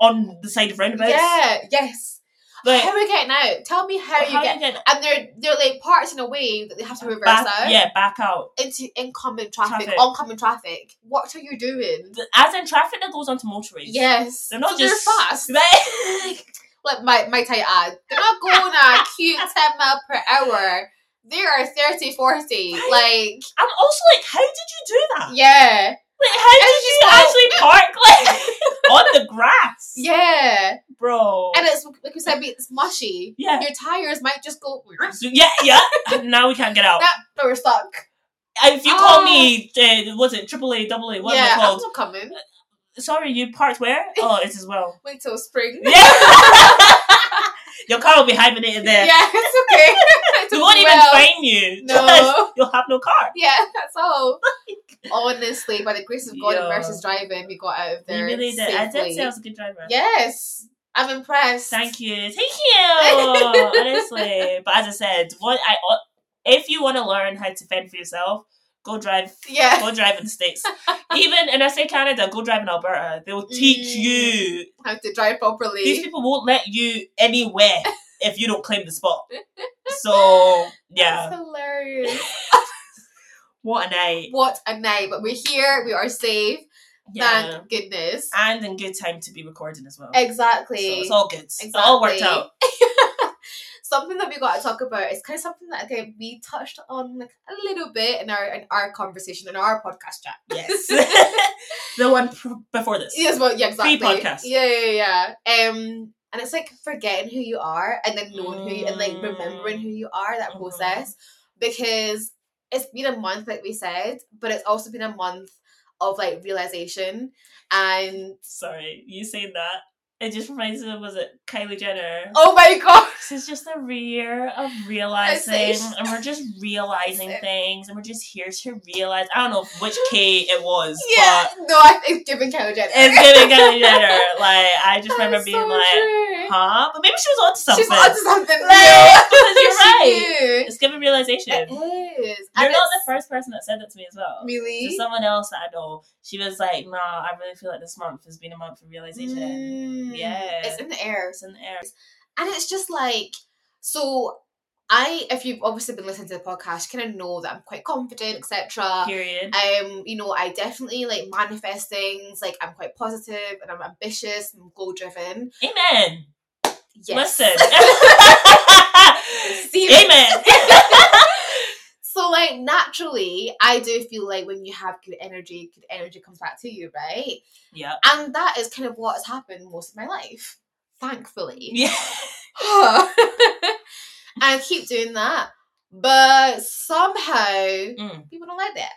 on the side of roundabouts.
yeah. Yes.
Like,
how are we getting out? Tell me how, you
how
get.
you get
And they're they're like parked in a way that they have to reverse
back,
out
yeah, back out.
into incoming traffic,
Traffic.
oncoming traffic. What are you doing?
The- As in traffic that goes onto motorways.
Yes,
They're not
so
just-
they're fast.
Like,
like my my tight ad. They're not going at cute 10 mile per hour. They are 30, 40. Like,
I'm also like, how did you do that?
yeah.
Like, how
And
did
she's
you
like-
actually park like on the grass?
Yeah.
bro.
And it's like we said, it's mushy.
Yeah.
Your tires might just go
So, yeah, yeah. now we can't get out.
that, but we're stuck.
if you call
Ah.
me, uh, what's it, triple A, double A, what
yeah,
am I
I'm
called?
not coming.
Sorry, you parked where? Oh, it's as well.
Wait till spring.
Yeah. Your car will be hibernated there.
Yeah, it's okay. It's
We won't
well.
even fine you. because
No.
You'll have no car.
Yeah, that's all. Honestly, by the grace of God and
Yeah.
versus driving, we got out of
You
there.
really did. I did
safely.
say I was a good driver.
Yes. I'm impressed.
Thank you. Thank you. Honestly. But as I said, what I if you want to learn how to fend for yourself, go drive
Yeah.
go drive in the States. Even and I say Canada, go drive in Alberta. They'll teach
Mm.
you.
how to drive properly.
These people won't let you anywhere if you don't claim the spot. So yeah.
That's hilarious.
What a night.
What a night. But we're here, we are safe.
Yeah.
Thank goodness.
And in good time to be recording as well. So
Exactly.
it's all good. It's all worked
Exactly.
out.
something that we got to talk about is kind of something that okay, we touched on like a little bit in our in our conversation in our podcast chat.
Yes. the one pr- before this.
Yes, well, yeah, exactly.
Pre-podcast.
Yeah, yeah, yeah. Um, and it's like forgetting who you are and then knowing who you and like
Mm.
remembering who you are. That
Mhm.
process because it's been a month, like we said, but it's also been a month of like realization and
Sorry, you saying that. It just reminds me of was it Kylie Jenner?
oh my god,
This is just a year of realizing,
It's-
and we're just realizing
It's-
things, and we're just here to realize. I don't know which K it was,
yeah, no, I think giving Kylie
but
Jenner.
it's giving Kylie Jenner. Like I just
That
remember
is
being
so
like,
true.
huh? But maybe she was onto something.
She's onto something.
Like,
yeah.
because you're
She
right.
knew.
It's giving realization.
It is.
You're
And
not the
it's-
first person that said that to me as well.
Really?
To someone else that I know, she was like, "Nah, I really feel like this month has been a month of realization.
Mm,
Yeah.
It's in the air.
It's in the air."
And it's just like, so I, if you've obviously been listening to the podcast, kind of know that I'm quite confident, etc.
Period.
Um, you know, Uh, I definitely like manifest things. Like I'm quite positive and I'm ambitious and goal driven.
Amen.
Yes.
Listen.
See you.
Amen.
So like naturally, I do feel like when you have good energy, good energy comes back to you, right?
yeah.
And that is kind of what has happened most of my life, thankfully.
Yeah.
and I keep doing that. But somehow
Mm.
people don't like that.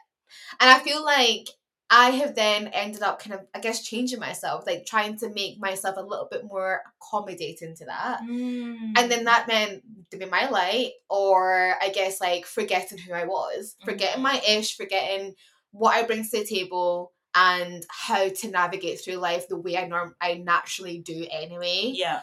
And I feel like I have then ended up kind of, I guess, changing myself, like trying to make myself a little bit more accommodating to that.
Mm.
And then that meant dimming my light, or I guess like forgetting who I was, forgetting my ish, forgetting what I bring to the table and how to navigate through life the way I norm I naturally do anyway.
Yeah.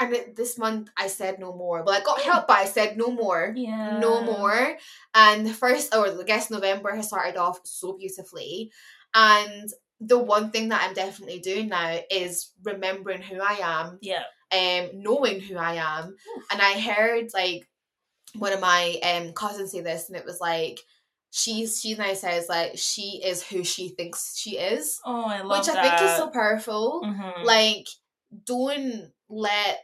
and it, this month I said no more. Well, I got help, but I said no more.
Yeah.
No more. And the first, or I guess November has started off so beautifully. And the one thing that I'm definitely doing now is remembering who I am,
Yeah.
um, knowing who I am.
Oof.
And I heard like one of my um cousins say this, and it was like, she's she now says like she is who she thinks she is,
Oh, I love
which I
that.
think is so powerful
Mhm.
like don't let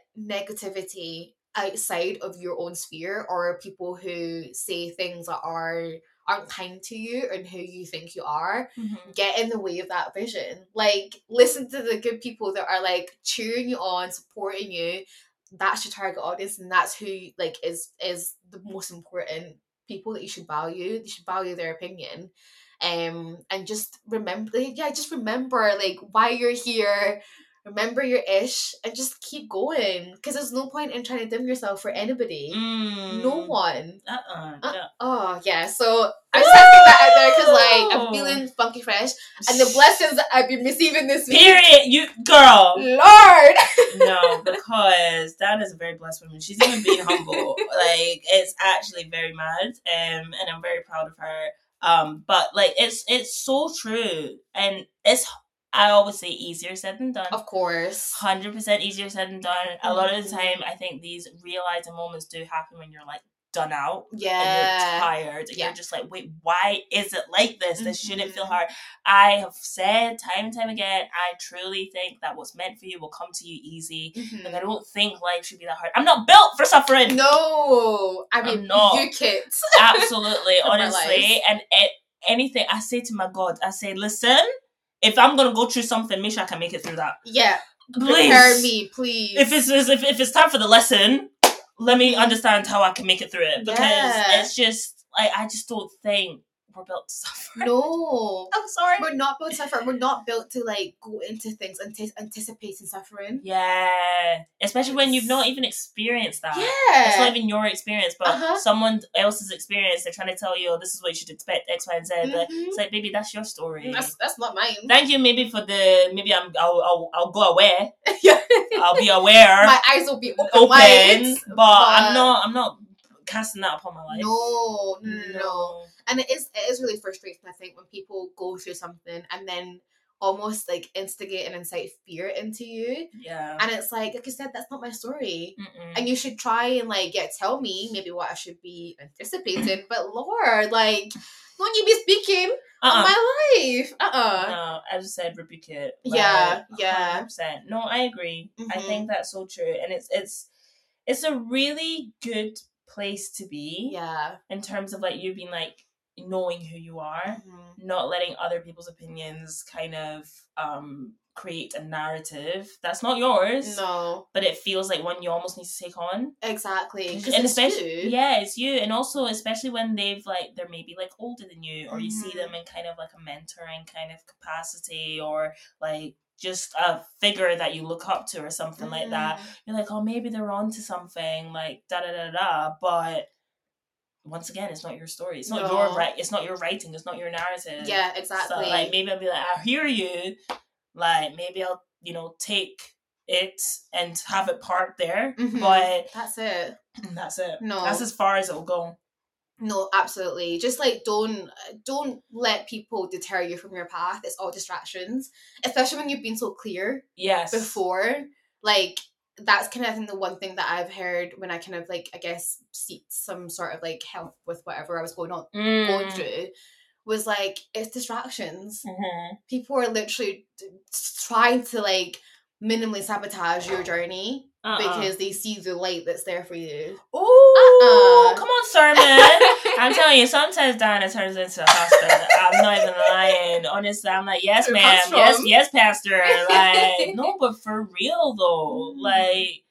negativity outside of your own sphere or people who say things that are aren't kind to you and who you think you are
Mhm.
get in the way of that vision like listen to the good people that are like cheering you on supporting you that's your target audience and that's who like is is the most important people that you should value you should value their opinion um and just remember like, yeah just remember like why you're here remember your ish and just keep going because there's no point in trying to dim yourself for anybody
Mm.
no one
Uh-uh.
Uh,
no.
oh yeah so i'm just having that out there because like i'm
Woo!
feeling funky fresh and the blessings that i've been receiving this week
Period. You girl.
lord
no, because Diana is a very blessed woman. She's even being humble. Like it's actually very mad. Um, and I'm very proud of her. Um, but like it's it's so true, and it's I always say easier said than done.
of course
Hundred percent easier said than done. A lot
Mm-hmm.
of the time, I think these realizing moments do happen when you're like done out and you're
yeah
tired and
Yeah.
you're just like wait why is it like this this shouldn't feel
Mhm.
hard i have said time and time again i truly think that what's meant for you will come to you easy like i
Mhm.
don't think life should be that hard i'm not built for suffering
no i mean
I'm not.
you kids
absolutely
For my
honestly
life.
and it, anything i say to my god i say listen if i'm gonna go through something make sure i can make it through that
yeah prepare
please
me please
if it's if, if it's time for the lesson, let me
Mhm.
understand how I can make it through it because
Yeah.
it's just like I just don't think we're built to suffer.
no
I'm sorry.
we're not built to suffer we're not built to like go into things ante- anticipating suffering
Yeah, especially when you've not even experienced that.
yeah
It's not even your experience, but
Uh-huh.
someone else's experience. They're trying to tell you, "Oh, this is what you should expect." X, Y, and Z. But
Mhm.
It's like, baby, that's your story.
Mm-hmm. that's, that's not mine
Thank you, maybe for the maybe I'm I'll I'll, I'll go aware.
Yeah.
I'll be aware.
my eyes will be open,
open,
wide,
but, I'm not. I'm not casting that upon my life.
No, no, no, no. And it is it is really frustrating, I think, when people go through something and then almost like instigate and incite fear into you.
Yeah. Mm-hmm.
And it's like, like I said, that's not my story.
Mm-mm.
And you should try and like, yeah, tell me maybe what I should be anticipating. But Lord, like, don't you be speaking on
uh-uh. Uh-huh.
my life. Uh uh
No, I just said rebuke it.
Yeah, yeah.
Percent. No, I agree. I
Mhm.
think that's so true, and it's it's it's a really good place to be
Yeah.
in terms of like you being like knowing who you are,
Mhm.
not letting other people's opinions kind of um create a narrative that's not yours,
No,
but it feels like one you almost need to take on.
exactly. 'cause
and
it's
especially
you.
yeah it's you and also especially when they've like they're maybe like older than you or you see
Mhm.
them in kind of like a mentoring kind of capacity or like just a figure that you look up to or something like that
Mhm.
you're like oh maybe they're on to something like da da da da but once again it's not your story it's not your
No.
right it's not your writing it's not your narrative
Yeah,
So,
exactly.
like maybe i'll be like i hear you like maybe i'll you know take it and have it parked there
Mhm.
but
That's it.
and that's it.
No.
That's as far as it'll go.
No, absolutely. Just like don't uh, don't let people deter you from your path. It's all distractions, especially when you've been so clear
Yes.
before. Like that's kind of I think the one thing that I've heard when I kind of like I guess seek some sort of like help with whatever I was going on
Mm.
going through was like it's distractions.
Mhm.
People are literally d- trying to like minimally sabotage your journey
Uh-uh.
because they see the light that's there for you.
Ooh,
Uh-uh.
come on, sermon. I'm telling you, sometimes Diana turns into a husband. I'm not even lying. Honestly, I'm like, yes,
It
ma'am.
comes
Yes,
from-
yes, pastor. Like, no, but for real though,
Mm.
like,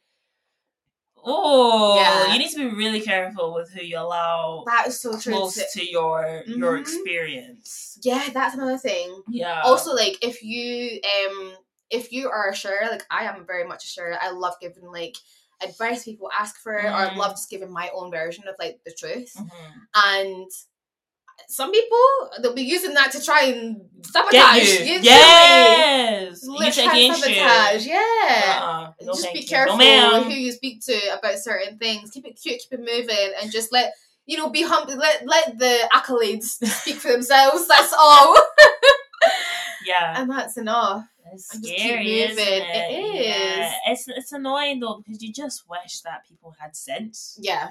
oh,
Yeah.
you need to be really careful with who you allow
That is so true.
close
to-
to your your
Mhm.
experience.
Yeah, that's another thing.
Yeah.
also, like if you um if you are a sharer, like I am very much a sharer. I love giving like advice people ask for, it, or I
Mm. Mm-hmm.
love just giving my own version of like the truth.
Mhm.
And some people they'll be using that to try and sabotage.
Get you.
You
yes.
know,
You
like, let's
take
try and
against you.
sabotage. Yeah.
Uh-uh. No,
just
thank
be
you.
careful
No, ma'am.
who you speak to about certain things. Keep it cute, keep it moving, and just let you know be humble. Let let the accolades speak for themselves. That's all,
Yeah.
and that's enough.
It's
I just keep
scary, isn't
moving.
it?
It
Yeah.
is.
It's it's annoying though because you just wish that people had sense.
Yeah,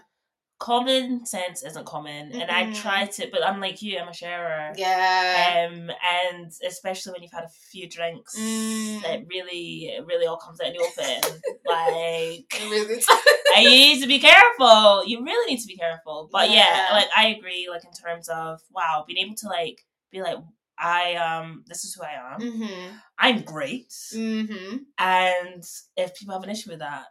Common sense isn't common, and I
Mm-mm.
try to, but I'm like you. I'm a sharer.
yeah.
Um, and especially when you've had a few drinks,
Mm.
it really, it really all comes out in the open. like,
It really-
I need to be careful. You really need to be careful. But yeah.
Yeah.
like I agree. Like in terms of wow, being able to like be like, I um, this is who I am.
Mhm.
I'm great.
Mhm.
And if people have an issue with that,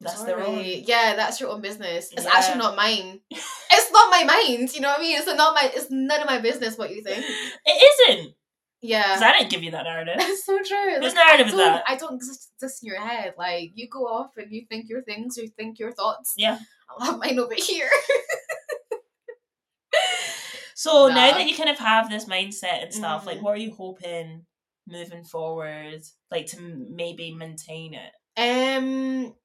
that's their own.
Sorry. Yeah, that's your own business. It's
Yeah.
actually not mine. It's not my mind. You know what I mean? It's not my. It's none of my business what you think.
It isn't because
Yeah.
I didn't give you that narrative.
That's so true.
Whose
Like,
narrative
I
is
don't,
that?
I don't exist, exist in your head. Like you go off and you think your things, you think your thoughts.
Yeah.
I'll have mine over here.
So
Nah.
now that you kind of have this mindset and stuff, like
Mhm.
what are you hoping moving forward, like to m- maybe maintain it?
Um,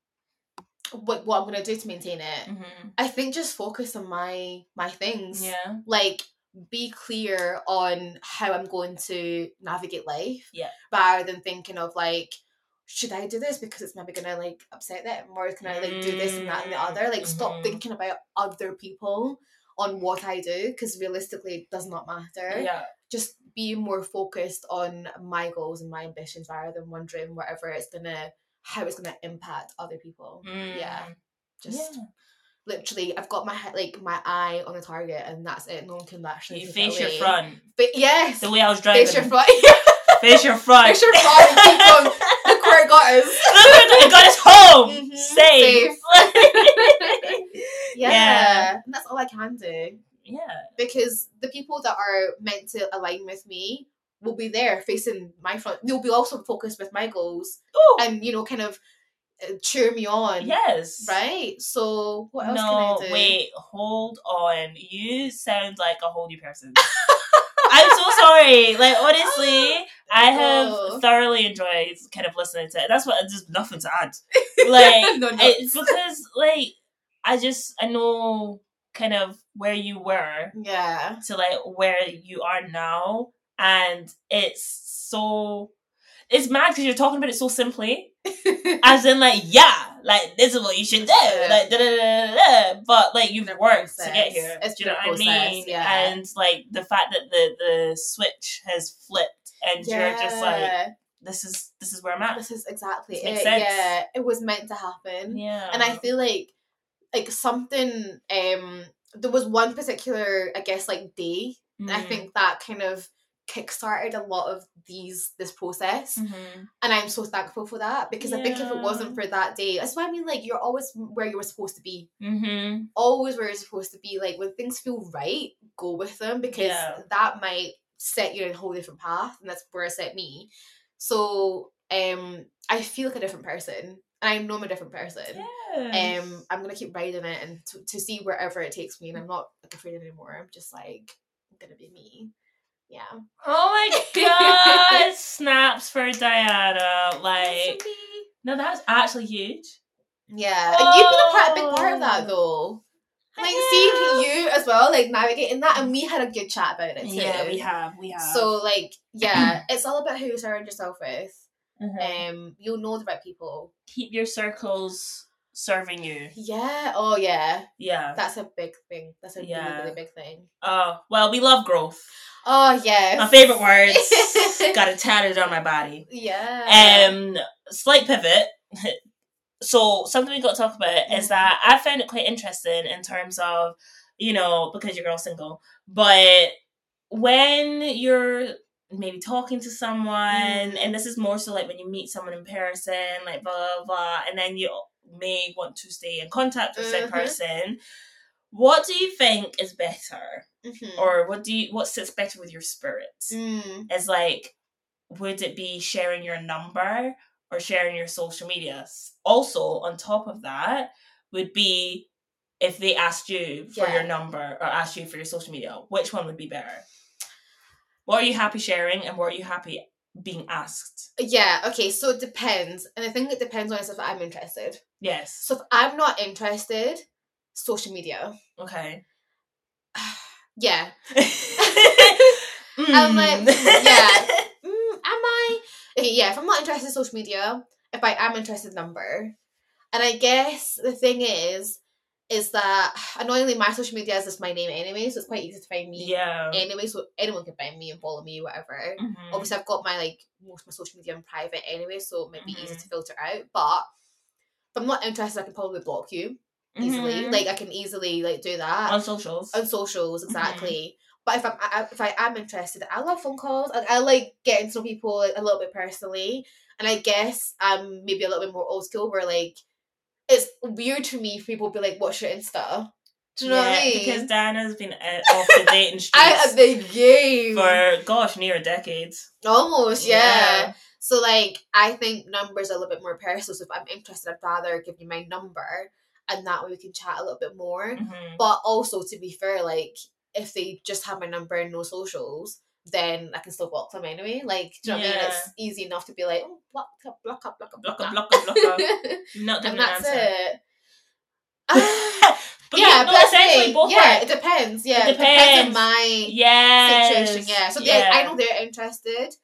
what what I'm gonna do to maintain it?
Mm-hmm.
I think just focus on my my things.
Yeah,
Like be clear on how I'm going to navigate life.
Yeah.
Rather than thinking of like. Should I do this because it's maybe gonna like upset them, or can I like do this and that and the other? Like,
Mhm.
stop thinking about other people on what I do because realistically, it does not matter
yeah,
just be more focused on my goals and my ambitions rather than wondering whatever it's gonna how it's gonna impact other people. Yeah.
Mm.
Just
Yeah.
literally, I've got my he- like my eye on the target, and that's it. No one can actually
You
take it
face your
away.
front.
But yes,
The way I was driving.
face your front. face
Face your front.
your front. and keep going. Look where it got us.
Look, it got us home.
Mhm.
Safe.
Yeah.
Yeah.
and that's all I can do
yeah.
because the people that are meant to align with me will be there facing my front. They'll be also focused with my goals.
Ooh.
and you know kind of uh, cheer me on
yes.
right so what else
no,
can i do
wait, hold on. You sound like a whole new person. I'm so sorry. Like honestly, I have
Oh.
thoroughly enjoyed kind of listening to it. That's what there's nothing to add. Like
No, no.
it's because like I just I know kind of where you were
yeah
to like where you are now, and it's so it's mad because you're talking about it so simply as in like yeah like this is what you should do
Yeah.
like da, da, da, da, da. but like you've
The
worked to
process.
get here
It's
do you know
the
what i
process,
mean
yeah.
and like the fact that the the switch has flipped and you're just like
Yeah.
this is this is where i'm at
this is exactly
This
it
makes sense.
yeah it was meant to happen
yeah
and i feel like like something um there was one particular i guess like day and i
Mm.
think that kind of kick-started a lot of these this process
Mhm.
and I'm so thankful for that because I think if it
Yeah.
wasn't for that day, that's why I mean, like you're always where you were supposed to be,
Mhm.
always where you're supposed to be. Like when things feel right, go with them because
Yeah.
that might set you in a whole different path, and that's where it set me. So um, I feel like a different person, and I know I'm a different person.
Yeah.
Um, I'm gonna keep riding it and to, to see wherever it takes me, and I'm not like, afraid anymore. I'm just like I'm gonna be me. Yeah,
oh my god snaps for diana like
That's okay.
no that's actually huge
Yeah, and you've been a, part, a big part of
Oh.
that though. Like
Yeah.
seeing you as well, like navigating that, and we had a good chat about it too.
yeah we have we have
So like, yeah, it's all about who you surround yourself with.
Mhm.
Um, you'll know the right people.
keep your circles serving you.
Yeah. Oh yeah,
Yeah.
that's a big thing. That's a
Yeah.
really really big thing.
Uh, well, we love growth.
Oh yeah.
My favorite words. Got it tatted on my body.
Yeah.
Um, slight pivot. so something we got to talk about is that I found it quite interesting in terms of, you know, because your girl's single, but when you're maybe talking to someone,
Mhm.
and this is more so like when you meet someone in person, like blah blah blah, and then you may want to stay in contact with said
Mhm.
person. What do you think is better,
Mhm.
or what do you what sits better with your spirit?
Mm.
Is like, would it be sharing your number or sharing your social medias? Also, on top of that, would be if they asked you for
Yeah.
your number or asked you for your social media, which one would be better? What are you happy sharing and what are you happy being asked?
Yeah, okay, so it depends. And I think it depends on is if I'm interested.
Yes.
So if I'm not interested, social media.
Okay.
Yeah.
Mm.
I'm like, yeah. Mm, am I? Okay, yeah, if I'm not interested in social media, if I am interested, number. And I guess the thing is, is that annoyingly my social media is just my name anyway, so it's quite easy to find me
Yeah.
anyway, so anyone can find me and follow me, whatever.
Mhm.
obviously I've got my like most of my social media in private anyway, so it might be easy
Mhm.
to filter out. But if I'm not interested, I can probably block you easily.
Mhm.
Like uh, I can easily like do that
on socials.
on socials
Mm-hmm.
exactly. But if I'm I, I- if I am interested, I love phone calls. I, I like getting to know people like, a little bit personally, and I guess um maybe a little bit more old school where like. It's weird for me if people be like, "What's your Insta?" Do you know what I
Yeah,
mean?
Because Diana's been uh, off the dating streets
I at the game
for gosh, near a decade.
almost, yeah. So like I think numbers are a little bit more personal. So if I'm interested, I'd rather give you my number and that way we can chat a little bit more.
Yeah. Mhm.
But also to be fair, like if they just have my number and no socials, then I can still block them anyway. Like do you know what I mean?
Yeah.
It's easy enough to be like, oh block up, block up, block up,
Block
block
up,
up.
block up, block up. You've not
and
given an
that's
answer.
it. Ah,
But
yeah,
no,
but that's the
essentially
thing.
both
Yeah,
work.
it depends. Yeah,
It
it depends,
depends.
on my
Yes.
situation. Yeah. So yeah, I know they're interested,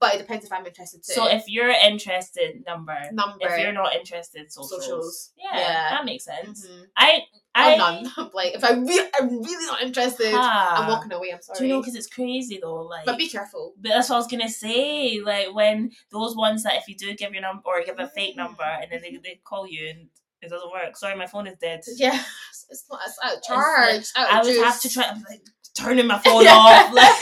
but it depends if I'm interested too.
So if you're interested, number.
number
If you're not interested, socials.
Socials.
Yeah,
Yeah.
that makes sense.
Mhm.
I, I,
Or none. like if I really, I'm really not interested,
Ah.
I'm walking away. I'm sorry.
do you know? Because it's crazy though. Like,
but be careful.
But that's what I was gonna say. Like when those ones that if you do give your number or give a fake
Mm.
number and then they, they call you and it doesn't work. Sorry, my phone is dead.
Yeah, it's not. It's out of charge.
It's
out of
I would have to
juice.
try I'm like turning my phone
Yeah.
off, like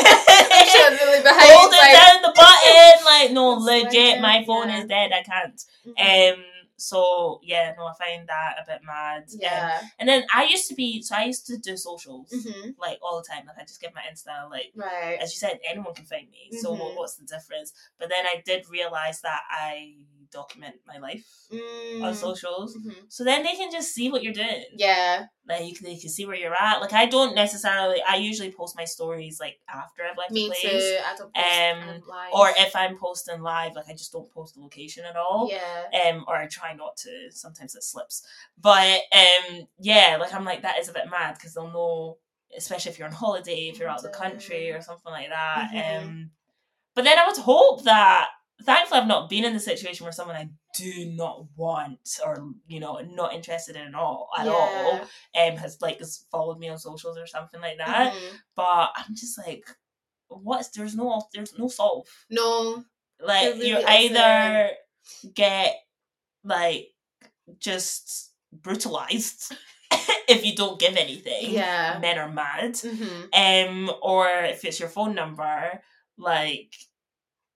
I'm sure I'm really behind.
holding
like,
down the button. Like no,
It's like,
legit,
yeah,
my phone
yeah.
is dead. I can't.
mhm.
Um. So yeah, no, I find that a bit mad. Um,
yeah.
and then I used to be. So I used to do socials
hmm
like all the time. Like I just give my Insta like
Right.
as you said, anyone can find me. So what,
Mhm.
what's the difference? But then I did realize that I document my life
Mm,
on socials,
Mhm.
so then they can just see what you're doing.
Yeah.
Like you can, they can see where you're at. Like I don't necessarily. I usually post my stories like after I've left
Me
the place,
too. I don't post,
Um,
um, live.
or if I'm posting live, like I just don't post the location at all
yeah.
um or I try not to sometimes it slips but um yeah like I'm like that is a bit mad because they'll know especially if you're on holiday if you're out of the
Mm-hmm.
country or something like that
Mhm.
um but then I would hope that thankfully I've not been in the situation where someone I do not want or you know not interested in at all at all
yeah.
um has like has followed me on socials or something like that
Mhm.
but I'm just like what's there's no there's no solve
No.
like
It really
you
is
either get like just brutalized if you don't give anything.
Yeah.
Men are mad.
hmm
Um, or if it's your phone number, like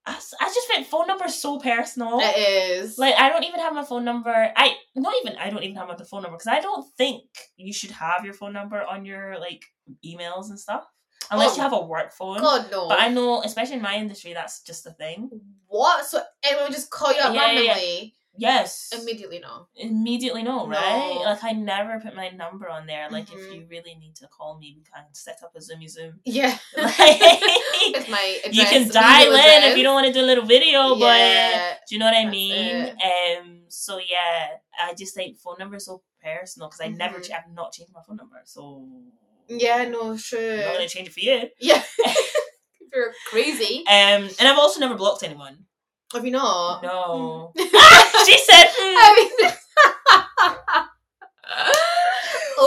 I, s- I just think phone number's so personal.
It is.
Oh, Like I don't even have my phone number. I not even I don't even have my phone number because I don't think you should have your phone number on your like emails and stuff unless you
Oh.
have a work phone.
God no.
But I know, especially in my industry, that's just a thing.
what? So anyone just call you up
Yeah, yeah, yeah.
randomly?
Yes.
Immediately no.
immediately no, right?
No.
Like I never put my number on there. Like if
Mhm.
you really need to call me, we can set up a zoomy zoom.
Yeah.
Like
With my address,
you can
legal
dial in if
address.
you don't want to do a little video, but
Yeah.
do you know what I
That's
mean? Um so yeah, I just think phone number is so personal because I never
Mhm.
ch- I've not changed my phone number, so
Yeah, no,
I'm
sure.
not gonna change it for you.
Yeah. You're crazy.
Um and I've also never blocked anyone.
Have you not? Oh. Mm.
No.
I
she said hmm.
mean-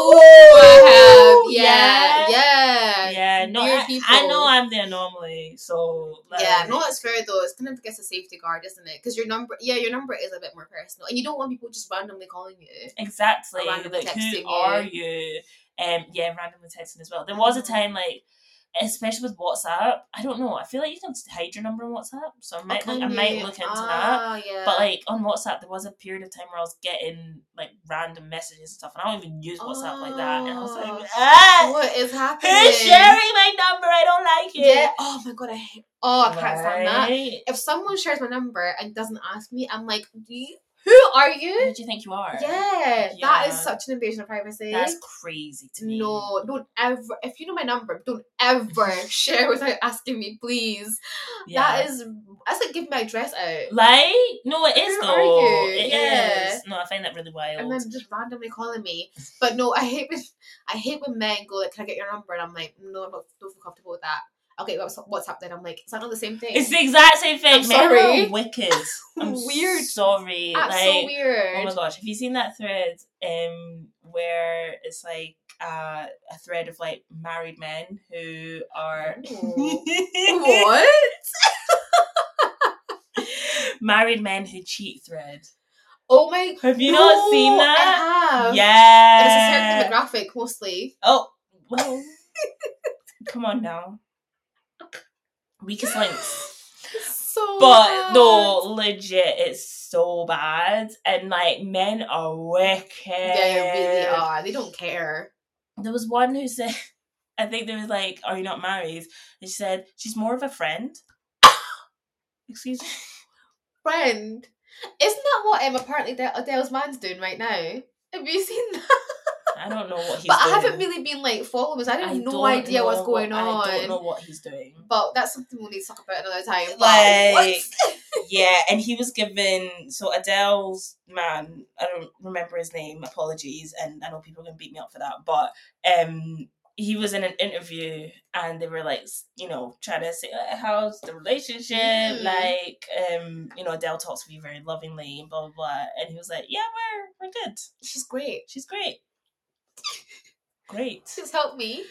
oh,
Ooh,
I have. Yeah. Yeah.
Yeah, no,
Weird
I,
people.
I know I'm the anomaly, so like,
Yeah, no, it's fair though. It's kind of like it's a safety guard, isn't it? Because your number, yeah, your number is a bit more personal, and you don't want people just randomly calling you.
exactly.
Or randomly
Like, who
texting you.
are you? Um, yeah, randomly texting as well. There was a
Mhm.
time like, especially with WhatsApp. I don't know. I feel like you can hide your number on WhatsApp, so I might look, I might look into that.
ah, Yeah.
But like on WhatsApp, there was a period of time where I was getting like random messages and stuff, and I don't even use WhatsApp like that. And I was
Oh.
like, ah,
what is happening?
who's sharing my number? I don't like it.
Yeah. Oh my god, I hate. Oh, I can't stand that.
Right?
If someone shares my number and doesn't ask me, I'm like, do you, who are you?
Who do you think you are?
Yeah, that is such an invasion of privacy.
That's crazy to me.
No, don't ever. If you know my number, don't ever share without asking me, please. That is, that's like giving my address out.
Like, no, it is
Who are
though.
you?
It is.
Yeah.
No, I find that really wild.
And then just randomly calling me. But no, I hate when I hate when men go like, "Can I get your number?" And I'm like, "No, I'm not don't feel comfortable with that." Okay, what's what's up then? I'm like, "Is that not the same thing?"
It's the exact same thing.
I'm
Men
sorry.
are wicked. I'm
Weird.
Sorry.
That's
like,
so
Oh
weird.
my gosh, have you seen that thread um where it's like uh, a thread of like married men who are
No. what?
married men who cheat thread.
Oh my!
Have you not seen
No,
that?
I have. And
Yeah.
It's a certain demographic mostly.
oh well come on now. Weakest links.
so
But
bad.
no, legit, it's so bad, and like men are wicked.
Yeah, they really are. They don't care.
There was one who said, I think there was like, "Are you not married?" And she said, "She's more of a friend." Excuse me.
Friend, isn't that what um, apparently Ad- Adele's man's doing right now? Have you seen that?
I don't know what he's.
but I
doing.
haven't really been like followers. I
I don't
have no idea what's
know
going
what-
on.
I don't know what he's doing.
But that's something we'll need to talk about another time. But
Like,
what?
yeah, and he was given so Adele's man. I don't remember his name. Apologies, and I know people are gonna beat me up for that, but um, he was in an interview and they were like, s- you know, trying to say like, how's the relationship?
Mm.
Like, um, you know, Adele talks to me very lovingly and blah blah blah, and he was like, yeah, we're we're good.
she's great.
She's great. Great
She's helped me.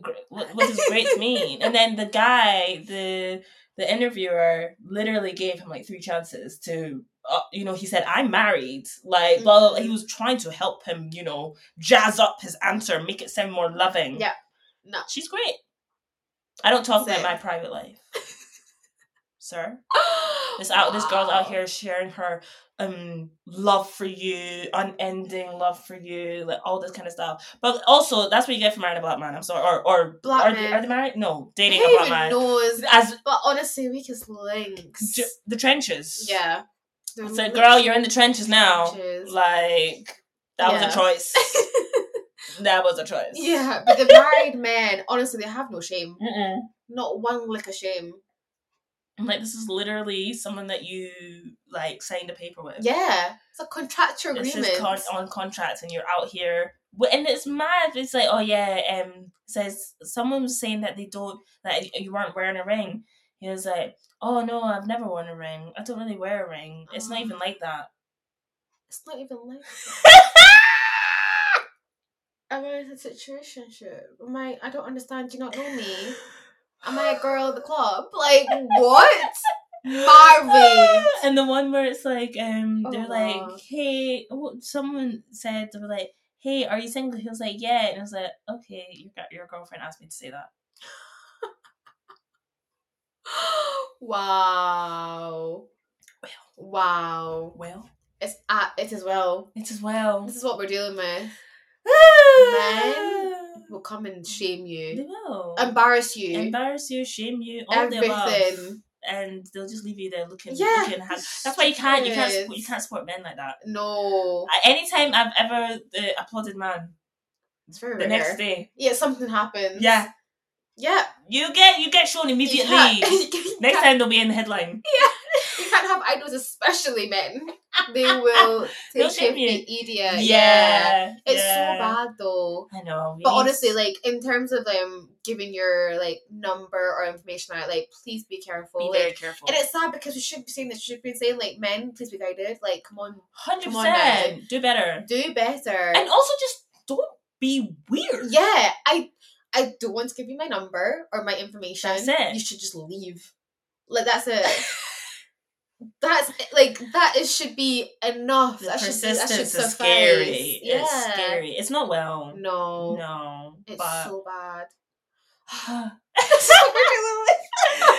gr- what, what does great mean? And then the guy, the the interviewer, literally gave him like three chances to, uh, you know, he said, "I'm married." Like, blah, blah, blah.
Mm-hmm.
he was trying to help him, you know, jazz up his answer, make it sound more loving.
Yeah. No.
she's great. I don't talk
Same.
about my private life, sir. This out, this girl's out here sharing her um love for you, unending love for you, like all this kind of stuff. But also, that's what you get from marrying a black man. I'm sorry, or or
Black
are,
man.
They, are they married? No, dating
Who
a black
even
man.
knows?
As
But honestly, weak as links.
j- the trenches.
yeah. They're
So, girl, you're in the trenches now.
Trenches.
Like that
Yeah.
was a choice. that was a choice.
Yeah, but the married men, honestly, they have no shame.
Mm-mm.
Not one lick of shame.
I'm like, this is literally someone that you like signed a paper with.
Yeah, it's a contractual
this
agreement.
is con- on contract and you're out here Wh- and it's mad it's like oh yeah um says someone was saying that they don't that you weren't wearing a ring he was like oh no i've never worn a ring i don't really wear a ring it's not
Oh.
even like that
it's not even like I'm in a situation. Am I? I don't understand. Do you not know me? Am I a girl at the club? Like what? Marvin.
and the one where it's like um they're
Oh,
like
wow.
hey oh, someone said they were like hey are you single he was like yeah and i was like okay your, gir- your girlfriend asked me to say that
wow. Wow.
well
It's at it as well.
it's as well
This is what we're dealing with. Will come and shame
They
you,
will.
embarrass you,
Embarrass you, shame you, all the above.
everything.
And they'll just leave you there looking,
Yeah,
looking hand. That's why you can't, you can't,
stupid.
you can't support men like that.
No,
At any time I've ever uh, applauded man,
it's very
the
rare.
next day,
Yeah, something happens.
yeah,
yeah.
you get, you get shown
You
immediately.
can't- you
next
can't-
time they'll be in the headline.
you can't have idols, especially men. They will
They'll
take
shame
shame
you.
idiot. It's so
yeah.
bad though.
I know. we
But
need-
honestly, like in terms of um giving your like number or information out, like please be careful.
be
like,
very careful.
and it's sad because we should be saying this, we should be saying like men, please be guided. Like, come on,
hundred
come on, man.
percent. Do better,
do better.
and also just don't be weird.
yeah, I I don't want to give you my number or my information.
That's it.
You should just leave. Like that's it. that's it. like that is should be enough.
The
that should be, that
persistence
should
is
suffice.
scary.
Yeah.
It's scary. It's not well.
No,
No,
it's
but
so bad.
anyway,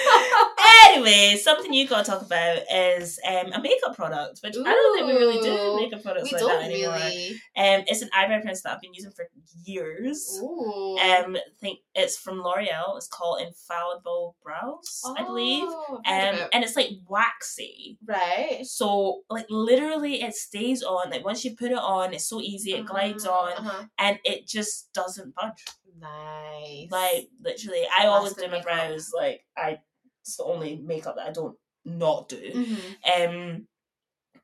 anyway, something you got to talk about is um, a makeup product, which I don't think we really do
Ooh,
makeup products
We
like
don't
that anymore.
really.
Um, it's an eyebrow pencil that I've been using for years.
Ooh.
Um, I think it's from L'Oreal. It's called Infallible Brows, I believe.
Oh, I've heard of
Um,
it.
and it's like waxy.
right.
So like literally, it stays on. Like once you put it on, it's so easy. It glides
Uh-huh,
on,
uh-huh.
and it just doesn't budge.
Nice.
Like literally, I always do
That's good
my
makeup.
brows. Like I, it's the only makeup that I don't not do.
Mhm.
Um,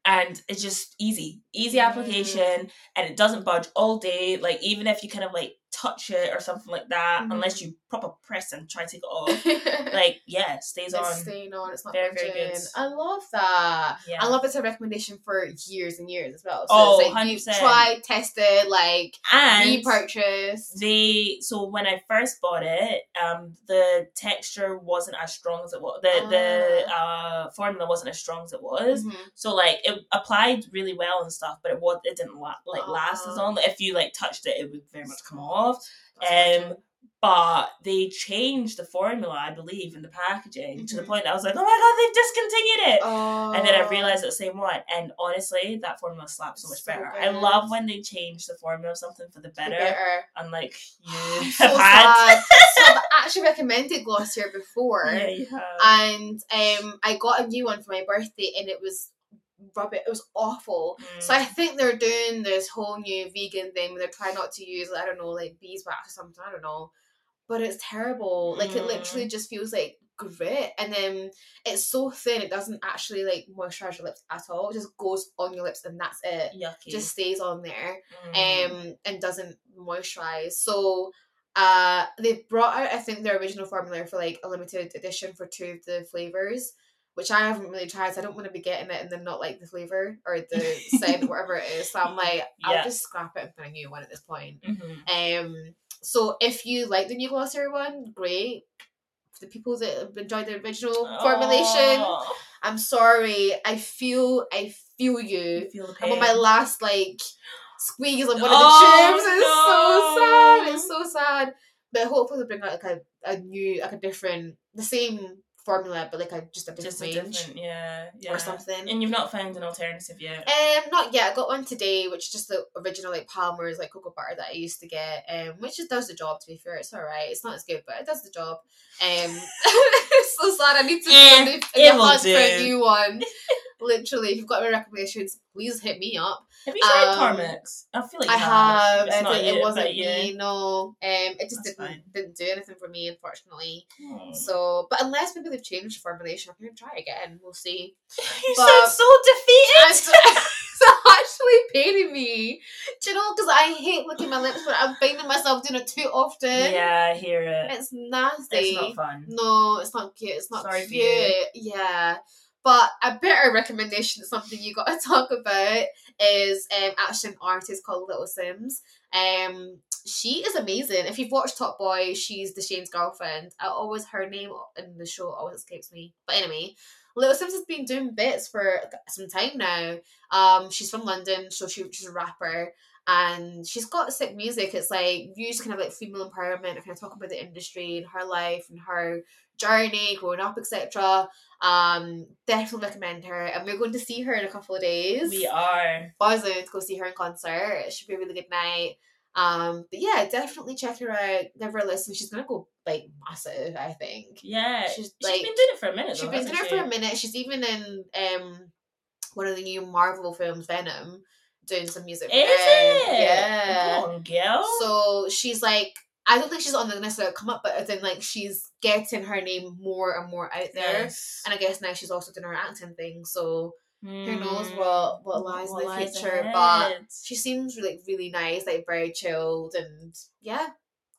and it's just easy, easy
Mm.
application, and it doesn't budge all day. Like even if you kind of like touch it or something like that,
Mhm.
unless you proper press and try to take it off, like yeah, it stays
it's
on.
staying on. It's not
Very, very
budging.
good.
I love that.
yeah.
I love it's a recommendation for years and years as well. So
Oh,
it's like you
100%.
try, tested, like
and
repurchased.
they so when I first bought it, um, the texture wasn't as strong as it was. The the
Ah.
uh formula wasn't as strong as it was.
Mhm.
So like it applied really well and stuff, but it was it didn't la- like last as
Ah.
long. If you like touched it, it would very much come off.
That's
Um,
budging.
But they changed the formula, I believe, in the packaging to the
Mhm.
point that I was like, oh my god, they've discontinued it.
oh.
And then I realized it's the same one. And honestly, that formula slaps so much
So
better. I
good.
love when they change the formula of something for the
The
better.
better.
Unlike you
I'm
have
so
had.
sad. so I've actually recommended Glossier before,
Yeah, you have.
and um, I got a new one for my birthday, and it was rubbish. It was awful.
Mm.
So I think they're doing this whole new vegan thing where they're trying not to use, I don't know, like beeswax or something. I don't know, but it's terrible. Like it
Mm.
literally just feels like grit, and then it's so thin it doesn't actually like moisturize your lips at all. It just goes on your lips, and that's it.
yucky.
Just stays on there
Mm.
um, and doesn't moisturize. So uh, they brought out, I think, their original formula for like a limited edition for two of the flavors, which I haven't really tried. So I don't want to be getting it and then not like the flavor or the scent, whatever it is. So I'm like,
Yeah.
I'll just scrap it and put a new one at this point.
Mhm.
Um, so if you like the new Glossier one, great. For the people that have enjoyed the original formulation,
Aw.
I'm sorry. I feel, I feel you.
You feel the
I'm on my
pain.
last like squeeze on one
Oh,
of the tubes. It's so sad. It's so sad. But hopefully they'll bring out like a, a new, like a different, the same formula, but like a just a different
Just a
range
different, yeah, yeah.
or something.
And you've not found an alternative yet.
um, not yet. I got one today, which is just the original like Palmer's like cocoa butter that I used to get, um, which just does the job. To be fair, it's all right. It's not as good, but it does the job. Um, so sad. I need to
Eh,
I'm in the-
it
in the
will
hunt for a
do.
new one. Literally, if you've got any recommendations, please hit me up.
Have you tried
Um,
Parmex? I feel like you
I have.
It's
I
not
did- it
you,
wasn't
but yeah.
me. No, um, it just
That's
didn't
fine.
didn't do anything for me, unfortunately.
Hmm.
So, but unless maybe they've changed the formulation, I'm gonna try again. We'll see.
you
but-
sound so
I'm
defeated.
so- it's actually paining me, do you know? Because I hate looking at my lips, but I'm finding myself doing it too often.
Yeah, I hear it.
it's nasty.
It's not fun.
No, it's not cute. It's not
Sorry for
cute.
you.
Yeah. But a better recommendation, something you got to talk about, is um, actually an artist called Little Sims. Um, she is amazing. If you've watched Top Boy, she's the Shane's girlfriend. I always her name in the show always escapes me. But anyway, Little Sims has been doing bits for some time now. Um, she's from London, so she, she's a rapper and she's got sick music. It's like views kind of like female empowerment, kind of talking about the industry and her life and her journey growing up, etc. Um, definitely recommend her, and we're going to see her in a couple of days.
We are.
buzzing to go see her in concert. It should be a really good night. Um, but yeah, definitely check her out. Never listen. She's gonna go like massive. I think
Yeah. She's
She's, like-
been doing it for a minute.
she's
though,
been doing
hasn't
it
she?
for a minute. She's even in um one of the new Marvel films, Venom, doing some music. for
Is
them.
it?
Yeah.
Come on, girl.
So she's like, I don't think she's on the necessarily come up, but as in like she's getting her name more and more out there.
Yes.
And I guess now she's also doing her acting thing, so who knows
Hmm.
what what lies in the
lies
future. But
ahead.
she seems like really nice, like very chilled, and yeah,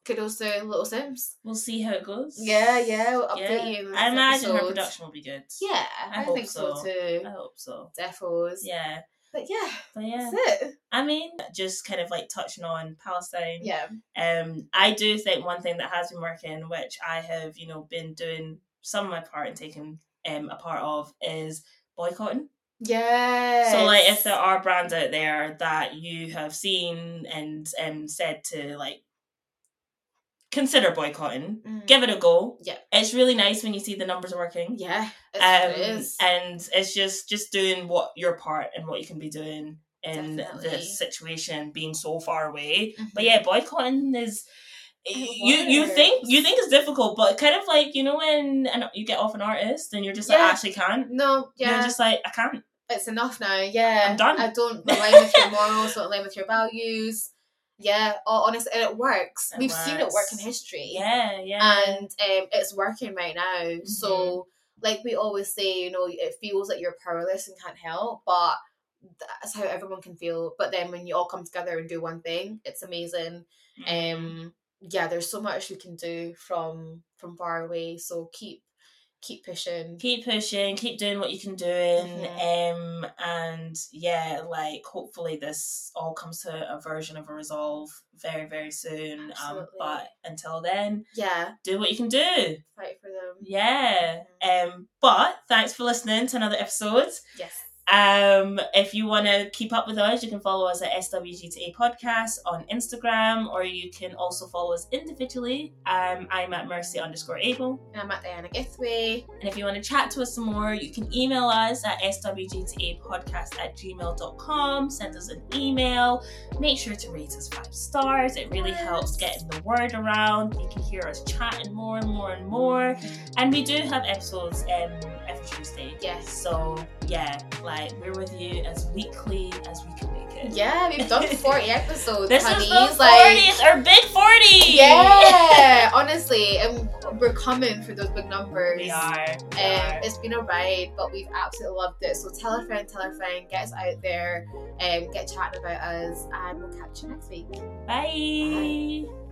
kudos to Little Sims.
we'll see how it goes.
Yeah, yeah, we'll update
Yeah.
you. In the
I
next
imagine her
episode.
production will be good.
Yeah,
I
I,
hope
think so,
so.
too.
I hope so.
Defos.
Yeah.
But yeah,
But yeah.
that's it.
I mean, just kind of like touching on Palestine.
Yeah.
Um, I do think one thing that has been working, which I have, you know, been doing some of my part and taking um a part of, is boycotting.
Yeah.
So like if there are brands out there that you have seen and um said to like consider boycotting.
Mm.
Give it a go.
Yeah.
It's really nice when you see the numbers are working.
Yeah. It's what it
Um,
is.
and it's just just doing what your part and what you can be doing in
Definitely.
this situation being so far away.
Mhm.
But yeah, boycotting is you you
works.
think you think it's difficult, but kind of like you know when and you get off an artist and you're just like
Yeah.
I actually can't.
Mm-hmm. No, yeah,
You're just like I can't.
it's enough now. Yeah,
I'm done.
I don't align with your morals. Don't align with your values. Yeah, all honest, and it works.
It
We've seen it work in
works.
history.
Yeah, yeah,
and um, it's working right now.
Mm-hmm.
So, like we always say, you know, it feels like you're powerless and can't help, but that's how everyone can feel. But then when you all come together and do one thing, it's amazing.
Mm. Mm-hmm.
Um, yeah, there's so much we can do from from far away. So keep keep pushing.
keep pushing, keep doing what you can do, um, and yeah, like hopefully this all comes to a version of a resolve very very soon. Um,
Absolutely.
but until then,
Yeah,
do what you can do.
fight for them.
Yeah. Um, but thanks for listening to another episode.
Yes.
Um, if you want to keep up with us, you can follow us at SWGTA Podcast on Instagram, or you can also follow us individually. Um, I'm at Mercy underscore Able.
And I'm at Diana Githway.
And if you want to chat to us some more, you can email us at swgtapodcast at gmail.com, send us an email, make sure to rate us five stars. It really helps getting the word around. You can hear us chatting more and more and more. And we do have episodes um, every Tuesday.
Yes.
So yeah, like we're with you as weekly as we can make it.
Yeah, we've done 40 episodes.
This
honey.
is the
It's like-
forties, our big forty.
Yeah, honestly, and we're coming for those big numbers.
we are. we
Um,
are.
it's been a ride, but we've absolutely loved it. So tell a friend, tell a friend, get us out there, um, get chatting about us, and we'll catch you next week.
Bye.